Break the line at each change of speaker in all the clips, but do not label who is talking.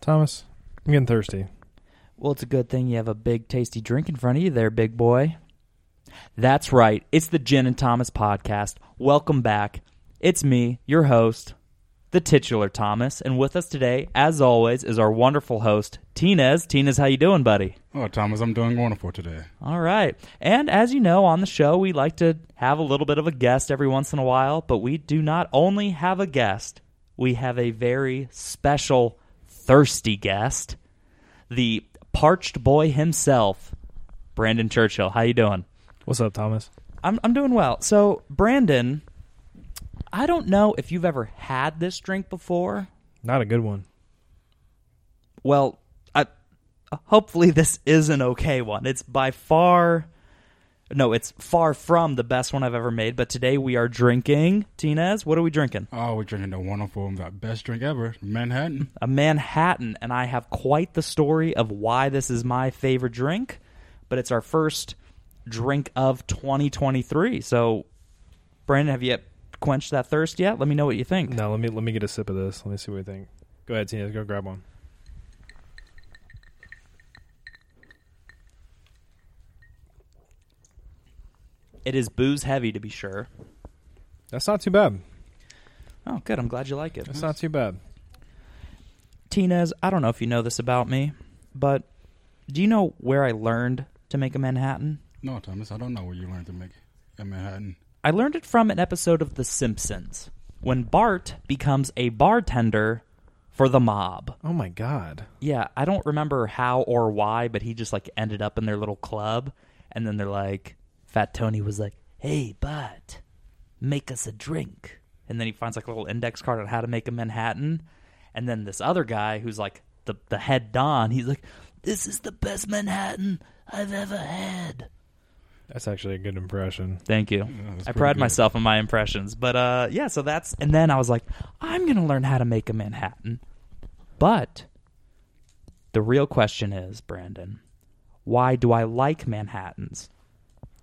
Thomas, I'm getting thirsty.
Well, it's a good thing you have a big, tasty drink in front of you there, big boy. That's right. It's the Jen and Thomas podcast. Welcome back. It's me, your host, the titular Thomas, and with us today, as always, is our wonderful host, Tinez. Tinez, how you doing, buddy?
Oh, Thomas, I'm doing wonderful today.
All right. And as you know, on the show, we like to have a little bit of a guest every once in a while, but we do not only have a guest, we have a very special, thirsty guest, the parched boy himself, Brandon Churchill. How you doing?
What's up, Thomas?
I'm I'm doing well. So, Brandon, I don't know if you've ever had this drink before.
Not a good one.
Well, I hopefully this is an okay one. It's by far no, it's far from the best one I've ever made, but today we are drinking. Tinez, what are we drinking?
Oh, we're drinking the wonderful, the best drink ever, Manhattan.
A Manhattan, and I have quite the story of why this is my favorite drink, but it's our first drink of 2023. So, Brandon, have you quenched that thirst yet? Let me know what you think.
Now let me let me get a sip of this. Let me see what you think. Go ahead, Tina. Go grab one.
It is booze heavy, to be sure.
That's not too bad.
Oh, good. I'm glad you like it.
That's not too bad.
Tinez, I don't know if you know this about me, but do you know where I learned to make a Manhattan?
No, Thomas, I don't know where you learned to make a Manhattan.
I learned it from an episode of The Simpsons when Bart becomes a bartender for the mob.
Oh my god.
Yeah, I don't remember how or why, but he just like ended up in their little club, and then they're like, Fat Tony was like, "Hey, Bart, make us a drink," and then he finds like a little index card on how to make a Manhattan, and then this other guy who's like the the head don, he's like, "This is the best Manhattan I've ever had."
That's actually a good impression.
Thank you.
that's
I
pretty
pride
good.
myself on my impressions. But uh, yeah, so that's. And then I was like, I'm going to learn how to make a Manhattan. But the real question is, Brandon, why do I like Manhattans?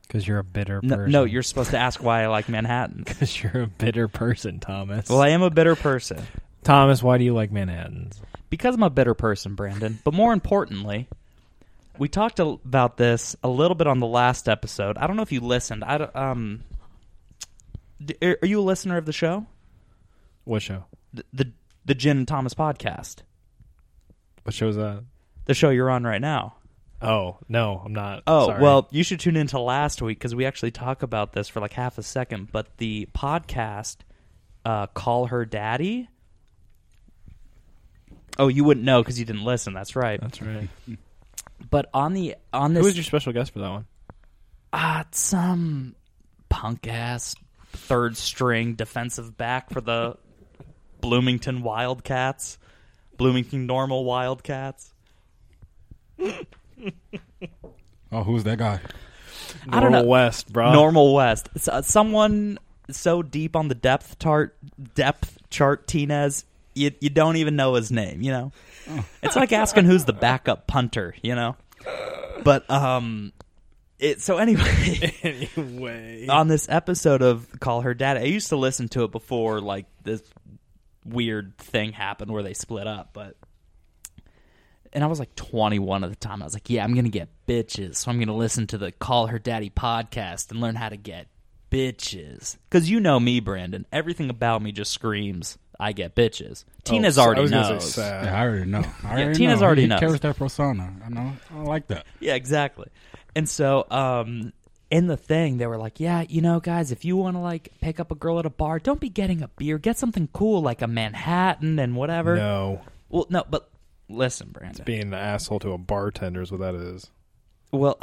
Because you're a bitter
No, no, you're supposed to ask why I like Manhattans.
because you're a bitter person, Thomas.
well, I am a bitter person.
Thomas, why do you like Manhattans?
because I'm a bitter person, Brandon. But more importantly, we talked a- about this a little bit on the last episode. I don't know if you listened. I don't- um, d- are are you a listener of the show?
What show?
The the, the Jen and Thomas podcast,
What show's that?
the show you're on right now.
Oh no, I'm not.
Oh
Sorry.
well, you should tune into last week because we actually talk about this for like half a second. But the podcast, uh, "Call Her Daddy." Oh, you wouldn't know because you didn't listen. That's right.
that's right.
Uh, But on the on
Who
this,
was your special guest for that one?
uh, some punk ass third string defensive back for the Bloomington Wildcats, Bloomington Normal Wildcats.
Oh, who's that guy?
I don't
Normal
know.
West, bro.
Normal West. S- uh, someone so deep on the depth chart, depth chart, Tinez, you you don't even know his name. You know, it's like asking who's the backup punter. You know, but um, it. So anyway.
anyway.
on this episode of Call Her Dad, I used to listen to it before like this weird thing happened where they split up, but and I was like 21 at the time. I was like, yeah, I'm going to get bitches. So I'm going to listen to the Call Her Daddy podcast and learn how to get bitches. Cuz you know me, Brandon. Everything about me just screams I get bitches. Tina's
Oh, I
already
was gonna say
knows.
sad.
Yeah, I already know. I already
Uh, Tina's
know.
already
he
knows.
carries that persona. I know. I like that.
Yeah, exactly. And so, um, in the thing, they were like, "Yeah, you know, guys, if you want to like pick up a girl at a bar, don't be getting a beer. Get something cool like a Manhattan and whatever."
No,
Well, no, but listen, Brandon.
being an asshole to a bartender is what that is.
well,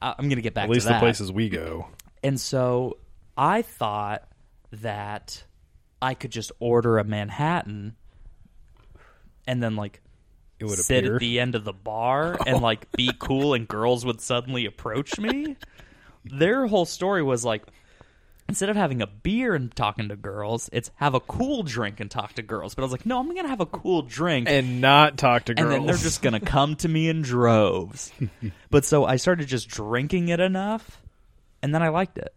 I- I'm gonna get back
At least
to
the
that.
places we go.
And so, I thought that I could just order a Manhattan and then like
It would
sit
appear.
at the end of the bar and like be cool and girls would suddenly approach me. Their whole story was like instead of having a beer and talking to girls, it's have a cool drink and talk to girls. But I was like, no, I'm gonna have a cool drink
and not talk to
and
girls.
then they're just gonna come to me in droves. but so I started just drinking it enough and then I liked it.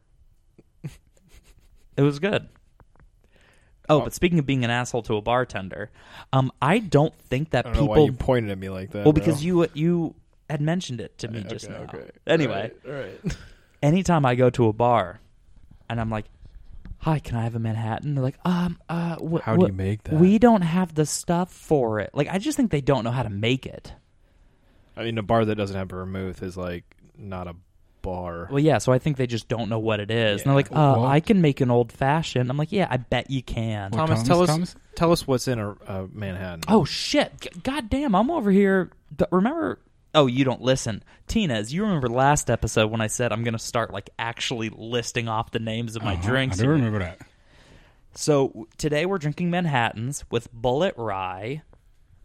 It was good. Oh, but speaking of being an asshole to a bartender, um, I don't think that
I don't know why
people.
you pointed at me like that. bro.
well, because you you had mentioned it to me just
okay,
now.
okay.
Anyway,
all right.
anytime I go to a bar, and I'm like, "Hi, can I have a Manhattan?" They're like, "Um, uh, wh-
How do
wh-
you make that?
We don't have the stuff for it. Like, I just think they don't know how to make it.
I mean, a bar that doesn't have vermouth is like not a bar.
Well, yeah. So I think they just don't know what it is. And they're like,
Yeah.
"Uh,
Well-
I can make an old fashioned." I'm like, "Yeah, I bet you can."
Well,
Thomas, tell us-
Thomas?
Tell us what's in a, a Manhattan.
Oh shit! G- God damn, I'm over here. D- remember? Oh, you don't listen, Tinez. You remember last episode when I said I'm gonna start like actually listing off the names of my
Uh-huh.
drinks?
I do remember that.
So w- today we're drinking Manhattan's with Bullet Rye,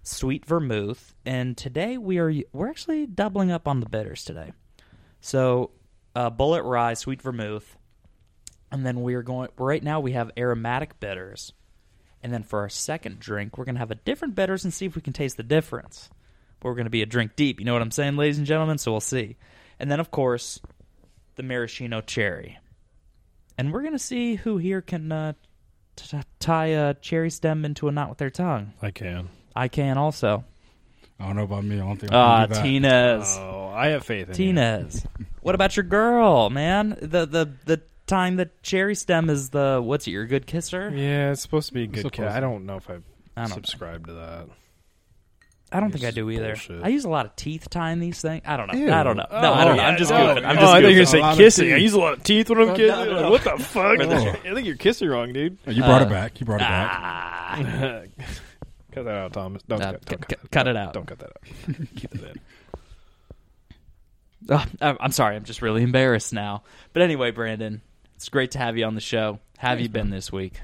Sweet Vermouth, and today we are we're actually doubling up on the bitters today. So uh, Bullet Rye, Sweet Vermouth, and then we are going right now. We have aromatic bitters, and then for our second drink, we're gonna have a different bitters and see if we can taste the difference. But we're gonna be a drink deep. You know what I'm saying, ladies and gentlemen? So we'll see. And then of course, the maraschino cherry and we're gonna see who here can uh, t- t- tie a cherry stem into a knot with their tongue.
I can.
I can also.
I don't know about me. I don't think
Ah,
I can do that.
Tinez,
Oh, I have faith in you.
Tinez. what about your girl, man? The the the time the cherry stem is the what's it? Your good kisser?
Yeah, it's supposed to be a good
Supposed
cat.
to.
I don't know if I,
I don't.
subscribe to that.
I don't
This
think I
is
do either.
bullshit.
I use a lot of teeth tying these things. I don't know.
Ew.
I don't know. No, I don't know. I'm just
oh,
goofing. I'm
oh,
just
I thought you were
goofing.
A lot
saying
of
kissing.
teeth.
I use a lot of teeth when I'm
no,
kissing.
no, no.
What the fuck?
Wait,
that's-
I think you're kissing wrong, dude.
Oh, You brought
Uh,
it back. You brought it back.
Ah.
cut that out, Thomas. Don't,
Uh,
cut, don't
cut-
cut,
cut- cut it out.
Don't cut that out. Keep it in.
Ugh, Oh, I'm I'm sorry. I'm just really embarrassed now. But anyway, Brandon, it's great to have you on the show. How Have you been this week?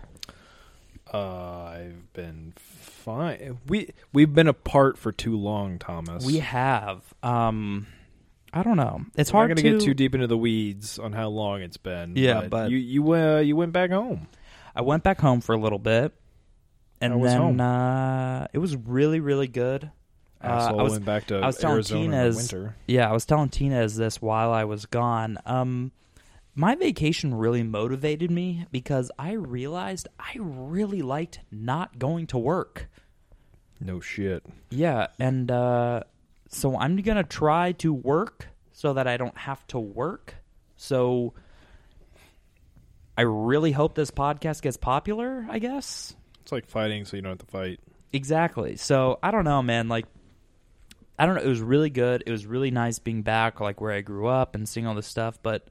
Uh, I've been fine. We we've been apart for too long, Thomas.
We have. Um, I don't know. It's
We're not
hard
gonna
to
get too deep into the weeds on how long it's been.
Yeah, but-
you you uh, you went back home.
I went back home for a little bit, and
How was
then
home?
Uh, it was really, really good. Uh,
Asshole
I was,
went back to
I was telling
Arizona in the
Tinez-
winter.
yeah, I was telling Tinez this while I was gone. Um, my vacation really motivated me because I realized I really liked not going to work.
No shit.
Yeah, and uh, so I'm gonna try to work so that I don't have to work. So I really hope this podcast gets popular. I guess
It's like fighting, so you don't have to fight.
exactly. So I don't know, man. Like I don't know. It was really good. It was really nice being back, like where I grew up and seeing all this stuff. But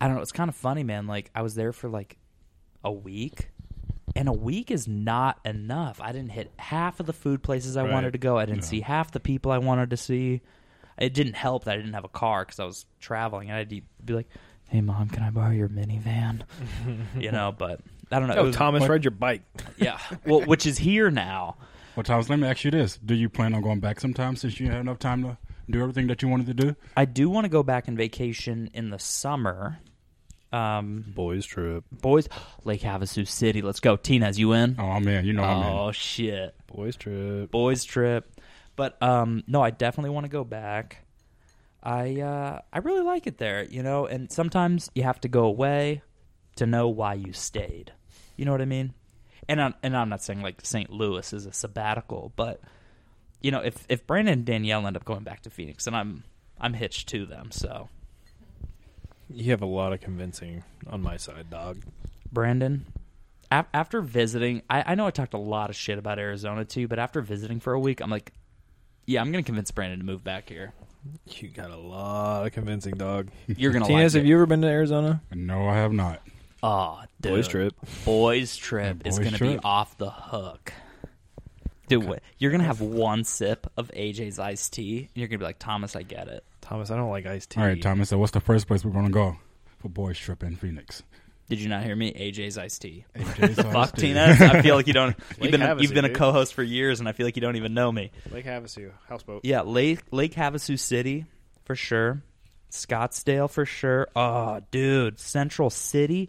I don't know. It's kind of funny, man. Like I was there for like a week. And a week is not enough. I didn't hit half of the food places I
Right.
wanted to go. I didn't see half the people I wanted to see. It didn't help that I didn't have a car because I was traveling, and I'd be like, "Hey, mom, can I borrow your minivan?" you know. But I don't know. It
Oh,
was-
Thomas,
what-
ride your bike.
Yeah. Well, which is here now.
Well, Thomas, let me ask you this: Do you plan on going back sometime since you had enough time to do everything that you wanted to do?
I do want to go back and vacation in the summer. Um,
Boys trip.
boys, Lake Havasu City. Let's go. Tina's you in?
Oh, I'm in. You know I'm in.
oh shit.
Boys trip.
Boys trip. But um, no, I definitely want to go back. I uh, I really like it there, you know. And sometimes you have to go away to know why you stayed. You know what I mean? And I'm, and I'm not saying like St. Louis is a sabbatical, but you know, if if Brandon and Danielle end up going back to Phoenix, and I'm I'm hitched to them, so
You have a lot of convincing on my side, dog.
Brandon, af- after visiting, I-, I know I talked a lot of shit about Arizona too, but after visiting for a week, I'm like, yeah, I'm gonna convince Brandon to move back here.
You got a lot of convincing, dog.
You're gonna
Tinez,
like
have
it.
you ever been to Arizona?
No, I have not.
Oh, dude.
Boys trip.
Boys trip is
Boys
gonna be
trip.
off the hook. Dude, what? you're gonna have one sip of AJ's iced tea, and you're gonna be like, Thomas, I get it.
Thomas, I don't like iced tea.
All right, Thomas. So, what's the first place we're going to go for boys trip in Phoenix?
Did you not hear me? AJ's iced tea.
AJ's
Fuck Tina. I feel like you don't. You've
Lake
been
Havasu,
you've been a
dude.
co-host for years, and I feel like you don't even know me.
Lake Havasu, houseboat.
Yeah, Lake Lake Havasu City for sure. Scottsdale for sure. Oh, dude, Central City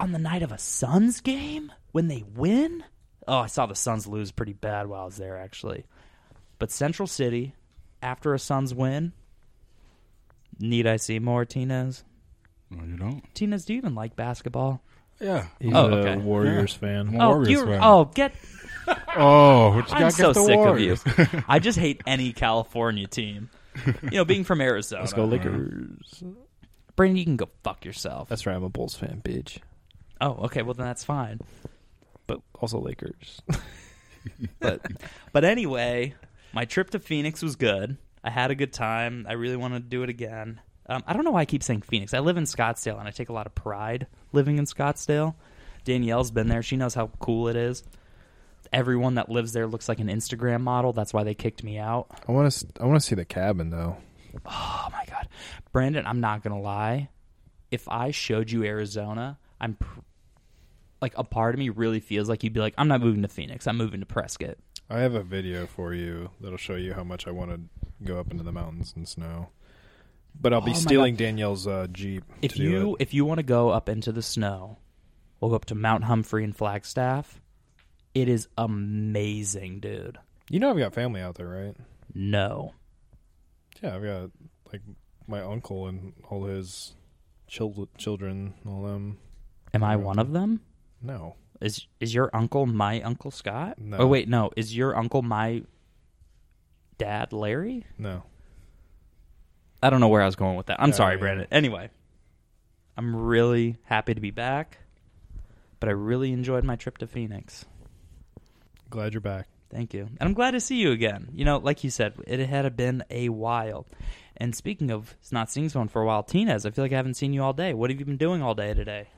on the night of a Suns game when they win. Oh, I saw the Suns lose pretty bad while I was there actually. But Central City after a Suns win. Need I see more Tinez?
No, you don't.
Tinez, do you even like basketball?
Yeah.
He's
Oh,
a
okay.
Warriors fan.
Well-
Oh,
Warriors
you're
fan.
oh get.
Oh, what you
I'm
got
so
against the
sick
Warriors?
of you. I just hate any California team. You know, being from Arizona,
Let's go Lakers.
Brandon, you can go fuck yourself.
That's right. I'm a Bulls fan, bitch.
oh, okay. Well, then that's fine.
But also Lakers.
but but anyway, my trip to Phoenix was good. I had a good time. I really want to do it again. Um, I don't know why I keep saying Phoenix. I live in Scottsdale, and I take a lot of pride living in Scottsdale. Danielle's been there; she knows how cool it is. Everyone that lives there looks like an Instagram model. That's why they kicked me out.
I want to. I want to see the cabin though.
Oh my god, Brandon! I'm not gonna lie. If I showed you Arizona, I'm pr- like a part of me really feels like you'd be like, "I'm not moving to Phoenix. I'm moving to Prescott."
I have a video for you that'll show you how much I want to go up into the mountains and snow. But I'll
Oh
be
my
stealing Danielle's uh, jeep.
if
to do
you
it.
if you want to go up into the snow, we'll go up to Mount Humphrey and Flagstaff. It is amazing, dude.
you know, I've got family out there, right?
No,
Yeah, I've got like my uncle and all his chil- children, all them.
am I one of them?
No,
Is is your uncle my uncle Scott?
No.
Oh wait, no. Is your uncle my dad, Larry?
no.
I don't know where I was going with that. I'm
Yeah,
sorry,
yeah.
Brandon. Anyway, I'm really happy to be back, but I really enjoyed my trip to Phoenix.
Glad you're back.
Thank you. And I'm glad to see you again. You know, like you said, it had been a while. And speaking of not seeing someone for a while, Tinez, I feel like I haven't seen you all day. What have you been doing all day today?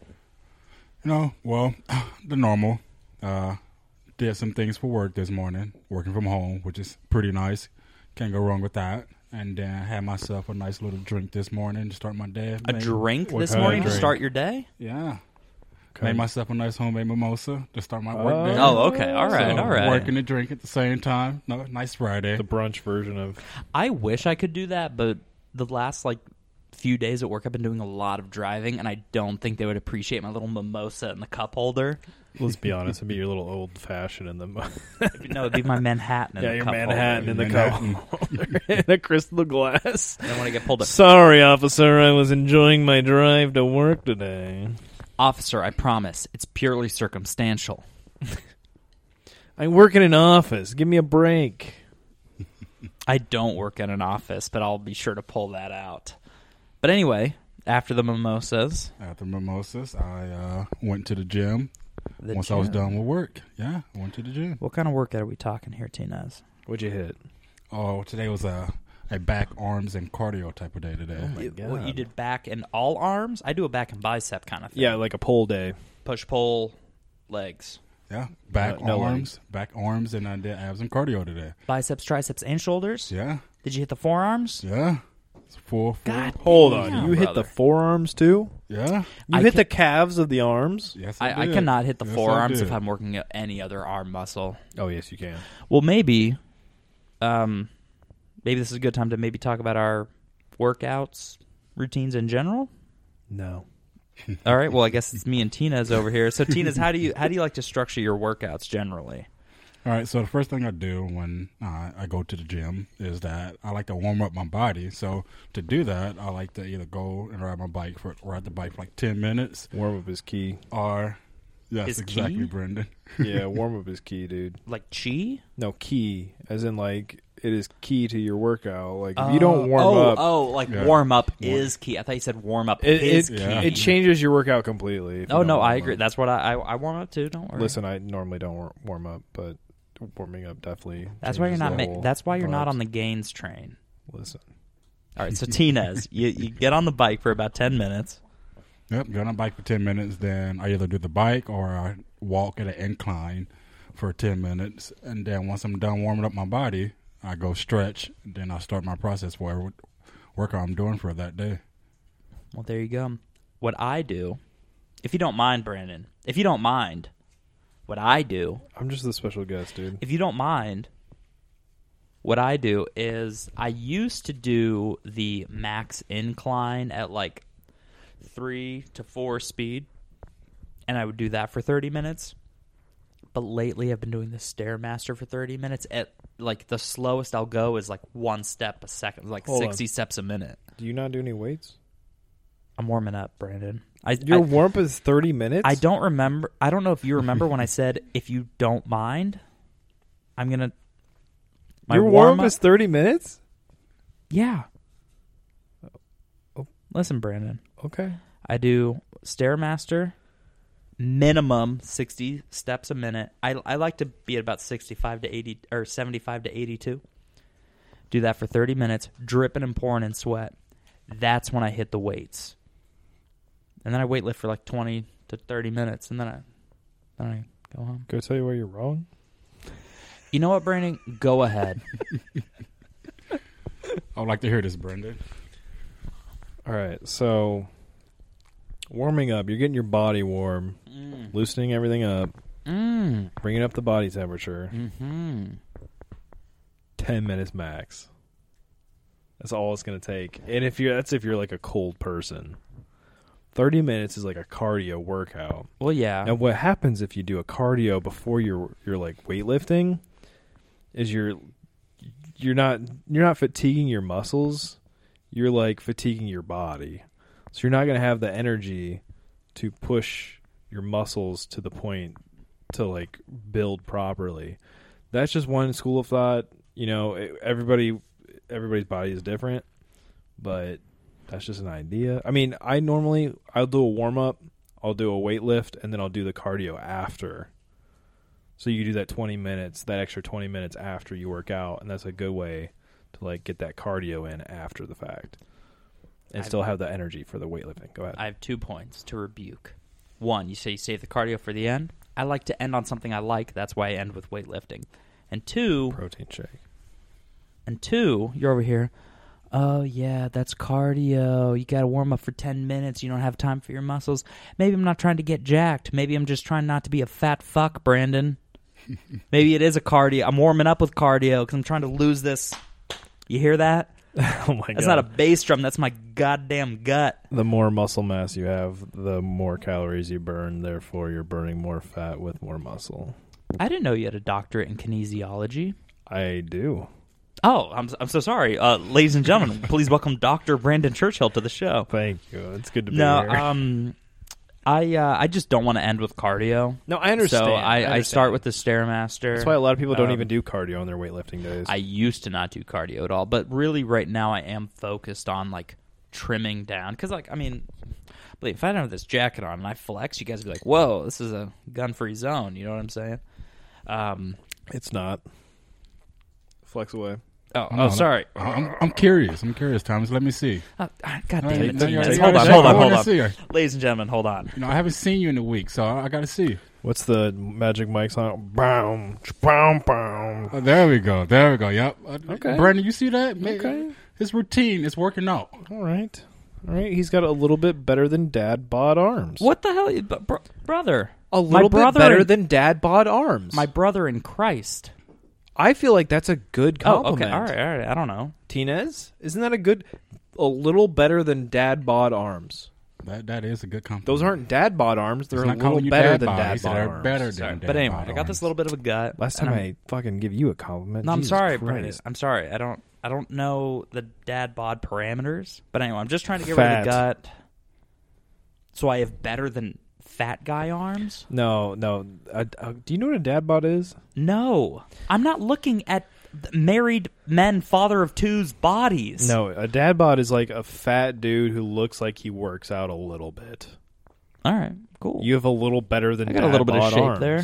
You know, well, the normal. Uh, did some things for work this morning, working from home, which is pretty nice. Can't go wrong with that. And then I had myself a nice little drink this morning to start my day.
A
Made-
drink
what
this
kind of
morning to
drink?
start your day?
Yeah.
Okay.
Made myself a nice homemade mimosa to start my work day.
Oh, okay. All right.
So,
all right.
Working and drink at the same time. No, nice Friday.
The brunch version of
I wish I could do that, but the last like few days at work I've been doing a lot of driving and I don't think they would appreciate my little mimosa in the cup holder.
let's be honest, it'd be your little old fashioned in the mo-
No, it'd be my Manhattan in
yeah,
the
your
cup
Manhattan
holder.
in the
Manhattan.
cup in a crystal glass.
I don't want to get pulled up.
Sorry, officer. I was enjoying my drive to work today.
Officer, I promise. It's purely circumstantial.
I work in an office. Give me a break.
I don't work in an office, but I'll be sure to pull that out. But anyway, after the mimosas,
After mimosas, I uh, went to the gym
the
once I was
gym-
done with work. Yeah, I went to the gym.
What kind of workout are we talking here, Tinez?
What'd you hit?
Oh, today was a, a back, arms, and cardio type of day today.
my
Oh, You, what, you
God.
did back and all arms? I do a back and bicep kind of thing.
Yeah, like a pole day.
Push, pull, legs.
Yeah, back
No- no
arms,
legs.
back arms, and I did abs and cardio today.
Biceps, triceps, and shoulders?
Yeah,
Did you hit the forearms?
yeah. It's full, full.
God.
Hold on.
Yeah,
you hit
brother.
the forearms too?
Yeah.
You
I
hit
ca-
the calves of the arms?
Yes, I,
I, I
did.
cannot hit the
Yes, I
forearms
did.
if I'm working out any other arm muscle.
Oh, yes, you can.
Well, maybe, um, maybe this is a good time to maybe talk about our workouts routines in general.
No.
All right. Well, I guess it's me and Tina's over here. So Tina's, how do you how do you like to structure your workouts generally?
All right, so the first thing I do when uh, I go to the gym is that I like to warm up my body. So to do that, I like to either go and ride my bike for ride the bike for like ten minutes,
Warm up is key.
or yes,
Is
exactly,
key?
Brendan.
Yeah, warm up is key, dude.
Like chi?
No, key, as in, like, it is key to your workout. Like, if you don't warm
oh,
up,
Oh, like
Yeah.
warm up is key. I thought you said warm up
it,
is
it,
key.
Yeah.
it changes your workout completely. if you
Oh
don't
no,
warm
I agree.
up.
That's what I I, I warm up to. Don't worry.
Listen, I normally don't wor- warm up, but warming up definitely.
that's why
changes
you're not.
the
Ma-
whole
that's why you're not
vibes.
on the gains train.
Listen,
All right. So Tina's, you you get on the bike for about ten minutes.
Yep, go on a bike for ten minutes. Then I either do the bike or I walk at an incline for ten minutes, and then once I'm done warming up my body, I go stretch. Then I start my process for whatever workout I'm doing for that day.
Well, there you go. What I do, if you don't mind, Brandon, if you don't mind, what I do
I'm just the special guest, dude.
if you don't mind, what I do is I used to do the max incline at like three to four speed, and I would do that for 30 minutes. But lately, I've been doing the Stairmaster for 30 minutes. At like the slowest I'll go is like one step a second, like
Hold on.
60 steps a minute.
Do you not do any weights?
I'm warming up, Brandon. I,
Your
I-
warm up is thirty minutes.
I don't remember. I don't know if you remember when I said, if you don't mind, I'm going to.
Your warm up is thirty minutes.
Yeah.
Oh.
Listen, Brandon.
Okay.
I do Stairmaster, minimum 60 steps a minute. I, I like to be at about 65 to 80 or 75 to 82. Do that for 30 minutes, dripping and pouring in sweat. That's when I hit the weights. And then I weight lift for like 20 to 30 minutes and then I then I go home.
Go tell you where you're wrong.
You know what, Brandon? Go ahead.
I would like to hear this, Brendan.
All right. So warming up, you're getting your body warm,
mm.
loosening everything up,
Mm.
bringing up the body temperature.
hmm
Ten minutes max. That's all it's gonna take. And if you're that's if you're like a cold person. Thirty minutes is like a cardio workout.
Well, yeah.
Now, what happens if you do a cardio before you're you're like weightlifting? Is you're you're not you're not fatiguing your muscles. You're like fatiguing your body, so you're not going to have the energy to push your muscles to the point to like build properly. That's just one school of thought. You know, it- everybody everybody's body is different, but that's just an idea. I mean, I normally I'll do a warm up I'll do a weight lift and then I'll do the cardio after. So you do that 20 minutes, that extra 20 minutes after you work out, and that's a good way to like get that cardio in after the fact. And
I've-
still have the energy for the weightlifting. Go ahead.
I have two points to rebuke. One, you say you save the cardio for the end. I like to end on something I like. That's why I end with weightlifting. And two,
Protein shake.
and two, you're over here. Oh yeah, that's cardio. You got to warm up for 10 minutes. You don't have time for your muscles. Maybe I'm not trying to get jacked. Maybe I'm just trying not to be a fat fuck, Brandon. Maybe it is a cardio. I'm warming up with cardio cuz I'm trying to lose this. You hear that?
oh my
That's
god.
not a bass drum. That's my goddamn gut.
the more muscle mass you have, the more calories you burn, therefore you're burning more fat with more muscle.
I didn't know you had a doctorate in kinesiology.
I do.
Oh, I'm, I'm so sorry. Uh, ladies and gentlemen, please welcome Dr. Brandon Churchill to the show.
Thank uh, you. It's good to be
No,
here.
um, I uh, I just don't want to end with cardio.
no, I
So I, I,
understand.
start with the Stairmaster.
That's why a lot of people don't
Um,
even do cardio on their weightlifting days.
I used to not do cardio at all, but really right now I am focused on like trimming down because like I mean, believe if I don't have this jacket on and I flex, you guys would be like, "Whoa, this is a gun-free zone." You know what I'm saying? Um.
It's not. Flex away.
Oh,
No,
oh, sorry.
I- I'm, I'm curious. I'm curious, Thomas. Let me see.
Oh, God damn
Hey,
it,
no,
T,
you're-
man.
you're
Hold on,
already-
hold on,
I
hold
wanna
on.
see her.
Ladies and gentlemen, hold on.
You know, I haven't seen you in a week, so I, I got to see. you.
What's the magic mic sound? Boom, boom, boom.
Oh, there we go. There we go. Yep. Uh,
Okay.
Brandon, you see that?
Okay.
His routine is working out.
All right. All right. He's got a little bit better than dad bod arms.
What the hell, But bro- brother?
A little bit
brother
better
and-
than dad bod arms.
My brother in Christ.
I feel like that's a good
Oh,
compliment.
okay. All right, all right. I don't know.
Tinez, isn't that a good? A little better than dad bod arms.
That that is a good compliment.
Those aren't dad bod arms. They're
He's
a
not
little
calling you
better
dad
than
bod. He
dad
said
bod
they're
arms.
better than
Sorry.
dad
But anyway,
bod
I got
arms.
this little bit of a gut.
Last
and
time
I'm-
I fucking give you a compliment.
No, I'm
Jesus
sorry,
Christ.
Brandon. I'm sorry. I don't. I don't know the dad bod parameters. But anyway, I'm just trying to get rid
Fat.
of the gut. So I have better than fat guy arms.
No, no. Uh, uh, do you know what a dad bod is?
No, I'm not looking at th- married men, father of two's bodies.
No, a dad bod is like a fat dude who looks like he works out a little bit.
All right. Cool.
You have a little better than
I got a
dad
little bit of
bod
shape
arms.
there.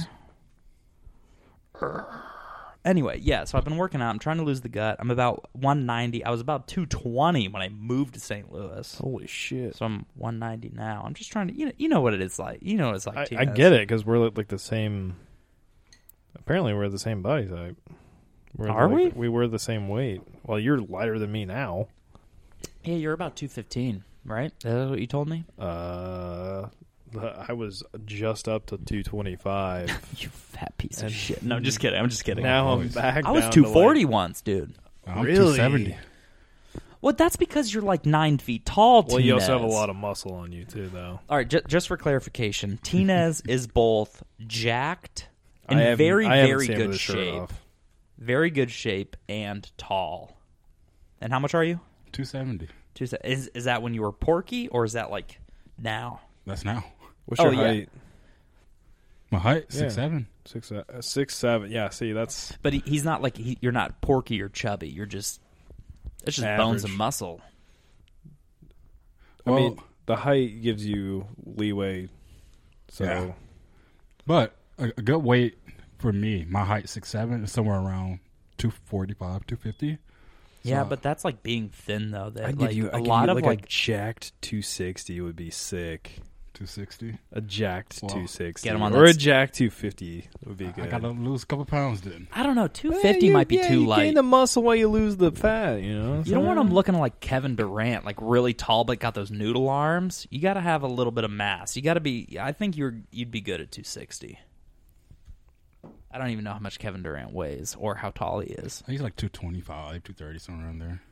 Anyway, yeah, so I've been working out. I'm trying to lose the gut. I'm about 190. I was about 220 when I moved to St. Louis.
Holy shit!
So I'm 190 now. I'm just trying to, you know, you know what it is like. You know what it's like.
I, I
Tina.
get it because we're like, like the same. Apparently, we're the same body type. We're
Are
like- We were the same weight. Well, you're lighter than me now.
Yeah, you're about 215, right? That's what you told me.
Uh, I was just up to 225.
You fat piece
And-
of shit. No, just kidding. I'm just kidding.
now I'm
boys.
back.
I was
down to,
240
like-
once, dude.
I'm
Really?
270.
Well, that's because you're like nine feet tall.
well, you also have a
Tinez.
lot of muscle on you too, though.
All right, ju- just for clarification, Tinez is both jacked
I
and
haven't-
very,
I haven't
very
seen him with
good
his shirt
shape.
off.
Very good shape and tall. And how much are you?
270.
Two se- Is is that when you were porky or is that like now?
That's now.
What's
Oh,
your
yeah.
height?
My height
Yeah.
six seven.
Six, se- uh, six, seven. Yeah. See, that's
But he, he's not like he, you're not porky or chubby. You're just it's just bones
Average.
and muscle.
I
Well,
mean, the height gives you leeway. So
Yeah. but a, a good weight for me, my height six seven is somewhere around 245, 250.
Yeah,
So-
but that's like being thin though. That,
I give
like,
you
a lot of
a
like
jacked 260 would be sick.
260.
A jacked
Wow.
260
Get 'em on
or
that
a
s-
jacked 250 would be
I
good.
gotta lose a couple pounds then.
I don't know, two fifty might be too
Eh, You
light.
gain the muscle while you lose the fat. You know.
You don't want
Mm-hmm.
him looking like Kevin Durant, like really tall but got those noodle arms. You got to have a little bit of mass. You got to be. I think you're you'd be good at 260. I don't even know how much Kevin Durant weighs or how tall he is,
He's like 225, 230, somewhere around there.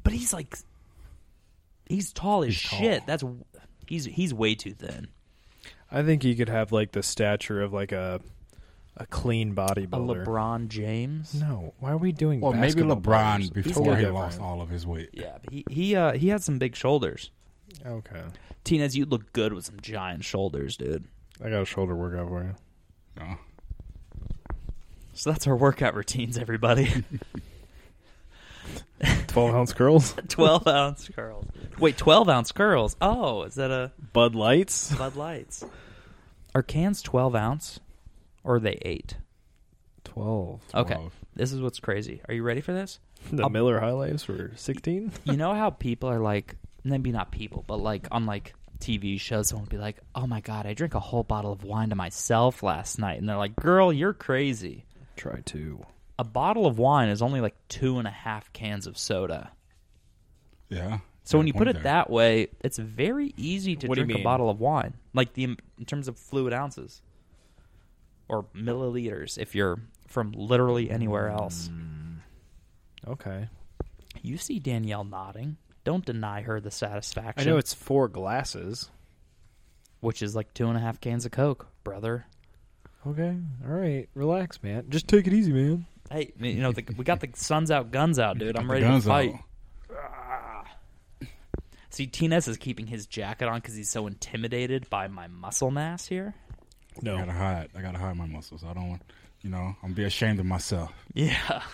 but he's like he's tall as
He's tall.
shit. That's he's he's way too thin.
I think you could have like the stature of like a a clean
A
bodybuilder.
LeBron James.
No, why are we doing?
Well, maybe
basketball players?
LeBron before he
Totally
lost
different.
all of his weight.
Yeah, but he he uh, he had some big shoulders.
Okay,
Tinez, you look good with some giant shoulders, dude.
I got a shoulder workout for you.
Uh,
So that's our workout routines, everybody.
Twelve ounce curls,
12 ounce curls. Wait, 12 ounce curls? Oh, is that a
Bud Lights.
Bud Lights? Are cans 12 ounce or are they 8?
Twelve.
Okay.
12.
This is what's crazy. Are you ready for this?
The
I'll-
Miller High Lives were sixteen.
You know how people are like, maybe not people, but like on like TV shows, someone would be like, oh my God, I drank a whole bottle of wine to myself last night. And they're like, girl, you're crazy.
Try two.
A bottle of wine is only like two and a half cans of soda.
Yeah.
So
Yeah,
when you
point
put it
there.
that way, it's very easy to
What do you
drink a
mean?
bottle of wine, like the in terms of fluid ounces or milliliters, if you're from literally anywhere else.
Mm. Okay.
You see Danielle nodding. Don't deny her the
I
satisfaction.
know it's four glasses.
which is like two and a half cans of Coke, brother.
Okay. All right. Relax, man. Just take it easy, man.
Hey, you know the, we got the suns out, guns out, dude.
Got
I'm
the
ready to
guns
fight.
out.
See, Tinez is keeping his jacket on because he's so intimidated by my muscle mass here.
I gotta hide. I gotta hide my muscles. I don't want, you know, I'm be ashamed of myself.
Yeah.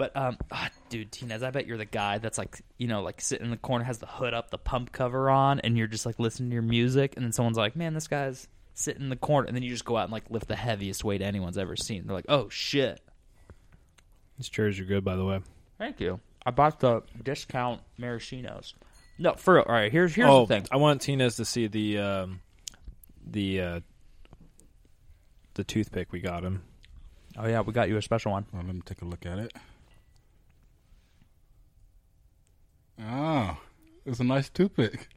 But um, ah, dude, Tinez, I bet you're the guy that's like, you know, like sitting in the corner, has the hood up, the pump cover on, and you're just like listening to your music, and then someone's like, "Man, this guy's sitting in the corner," and then you just go out and like lift the heaviest weight anyone's ever seen. They're like, "Oh shit!"
These chairs are good, by the way.
Thank you. I bought the discount maraschinos. No, for real. All right, here's here's
oh,
the thing.
I want Tinez to see the um, the uh, the toothpick we got him.
Oh yeah, we got you a special one.
Well, let me take a look at it. Oh, it's a nice toothpick.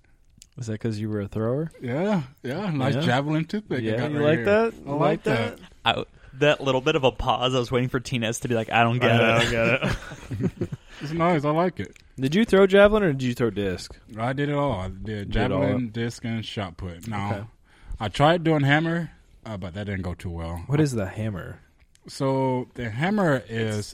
Is that because you were a thrower?
Yeah, yeah, nice
Yeah.
javelin toothpick. I
Yeah,
got
you
right
like
here.
that?
I
You
like,
like
that.
I, that little bit of a pause, I was waiting for Tinez to be like, "I don't get it."
got it.
It's nice. I like it.
did you throw javelin or did you throw disc?
I did it all. I did
Did all
javelin, disc, and shot put. No,
Okay.
I tried doing hammer, uh, but that didn't go too well.
What is the hammer?
So the hammer is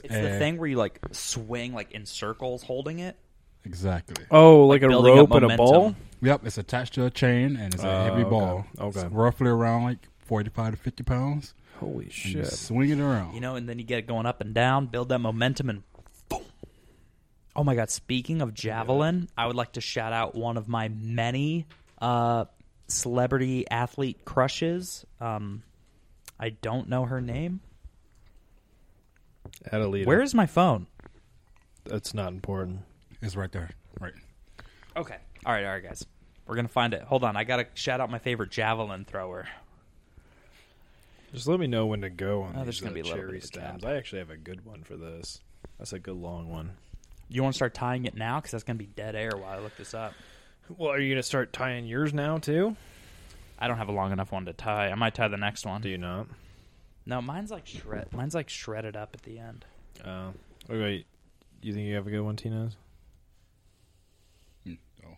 It's, it's the
a-
thing where you like swing like in circles, holding it.
exactly.
Oh, like, a
building up
rope and a ball.
momentum.
Yep, it's attached to a chain and it's a
Oh,
heavy
okay.
ball.
Okay.
It's roughly around like forty-five to fifty pounds.
Holy
And you
shit!
swing it around.
You know, and then you get it going up and down, build that momentum, and boom. Oh my God! Speaking of javelin, I would like to shout out one of my many uh, celebrity athlete crushes. Um, I don't know her name.
Adelita.
Where is my phone?
That's not important.
it's right there. Right.
Okay. All right, all right, guys. We're gonna find it. Hold on, I gotta shout out my favorite javelin thrower.
Just let me know when to go on
Oh,
these
there's gonna
uh,
be a little
cherry
bit of cap.
stems. I actually have a good one for this. That's a good long one.
You want to start tying it now? Because that's gonna be dead air while I look this up.
Well, are you gonna start tying yours now too?
I don't have a long enough one to tie. I might tie the next one.
Do you not?
No, mine's like shred. Mine's like shredded up at the end.
Uh, wait, wait. You think you have a good one, Tinez?
Mm, Oh.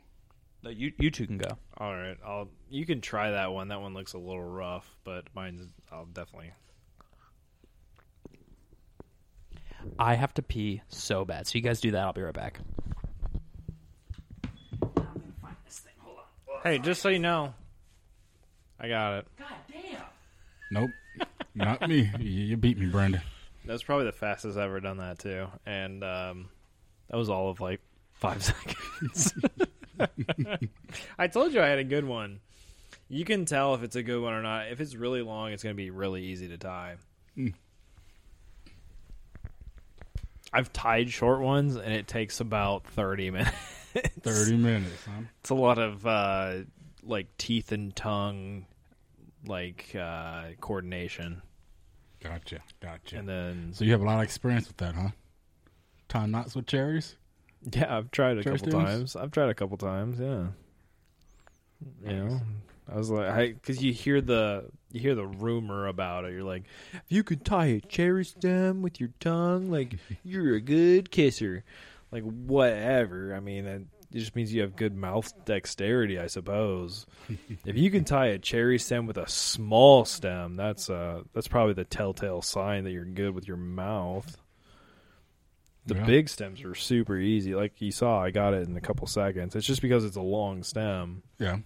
No, you you two can go.
All right, I'll. You can try that one. That one looks a little rough, but mine's. I'll definitely.
I have to pee so bad. So you guys do that. I'll be right back. Find this thing. Hold on.
Hey, just so you know, I got it.
God damn.
Nope, not me. You, you beat me, Brandon.
That's probably the fastest I've ever done that too, and um, that was all of like five seconds. I told you I had a good one. You can tell if it's a good one or not. If it's really long, it's going to be really easy to tie. I've tied short ones, and it takes about thirty minutes.
Thirty minutes. Huh?
It's a lot of uh, like teeth and tongue, like uh, coordination,
Gotcha, gotcha.
and then
so you have a lot of experience with that, huh? Tie knots with cherries.
Yeah, I've tried a
Try
couple
students?
times. I've tried a couple times. Yeah, you
Nice.
know, I was like, because you hear the you hear the rumor about it. You're like, if you could tie a cherry stem with your tongue, like you're a good kisser. Like whatever. I mean, that, it just means you have good mouth dexterity, I suppose. if you can tie a cherry stem with a small stem, that's uh that's probably the telltale sign that you're good with your mouth. The
Yeah.
big stems are super easy. Like you saw, I got it in a couple seconds. It's just because it's a long stem.
Yeah.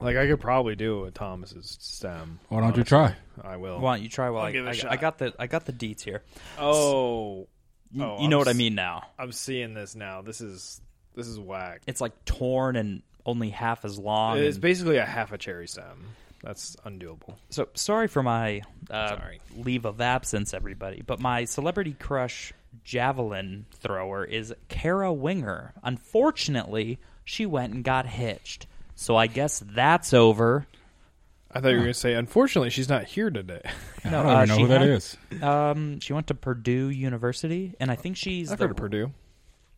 Like I could probably do it with Thomas's stem.
Why don't you try?
you? I will.
Why don't you try while
I'll
I,
give it a
I,
shot.
I got the I got the deets here.
Oh,
You,
Oh,
you know
I'm
what I
s-
mean now.
I'm seeing this now. This is this is whack.
It's like torn and only half as long.
It's
and-
basically a half a cherry stem. That's undoable.
so sorry for my uh,
Sorry.
leave of absence, everybody. But my celebrity crush javelin thrower is Kara Winger. Unfortunately, she went and got hitched. So I guess that's over.
I thought you were going to say, unfortunately, she's not here today.
No,
I
uh,
don't even know
she
who that
had-
is.
Um, she went to Purdue University, and I think she's.
I've
the-
heard of Purdue.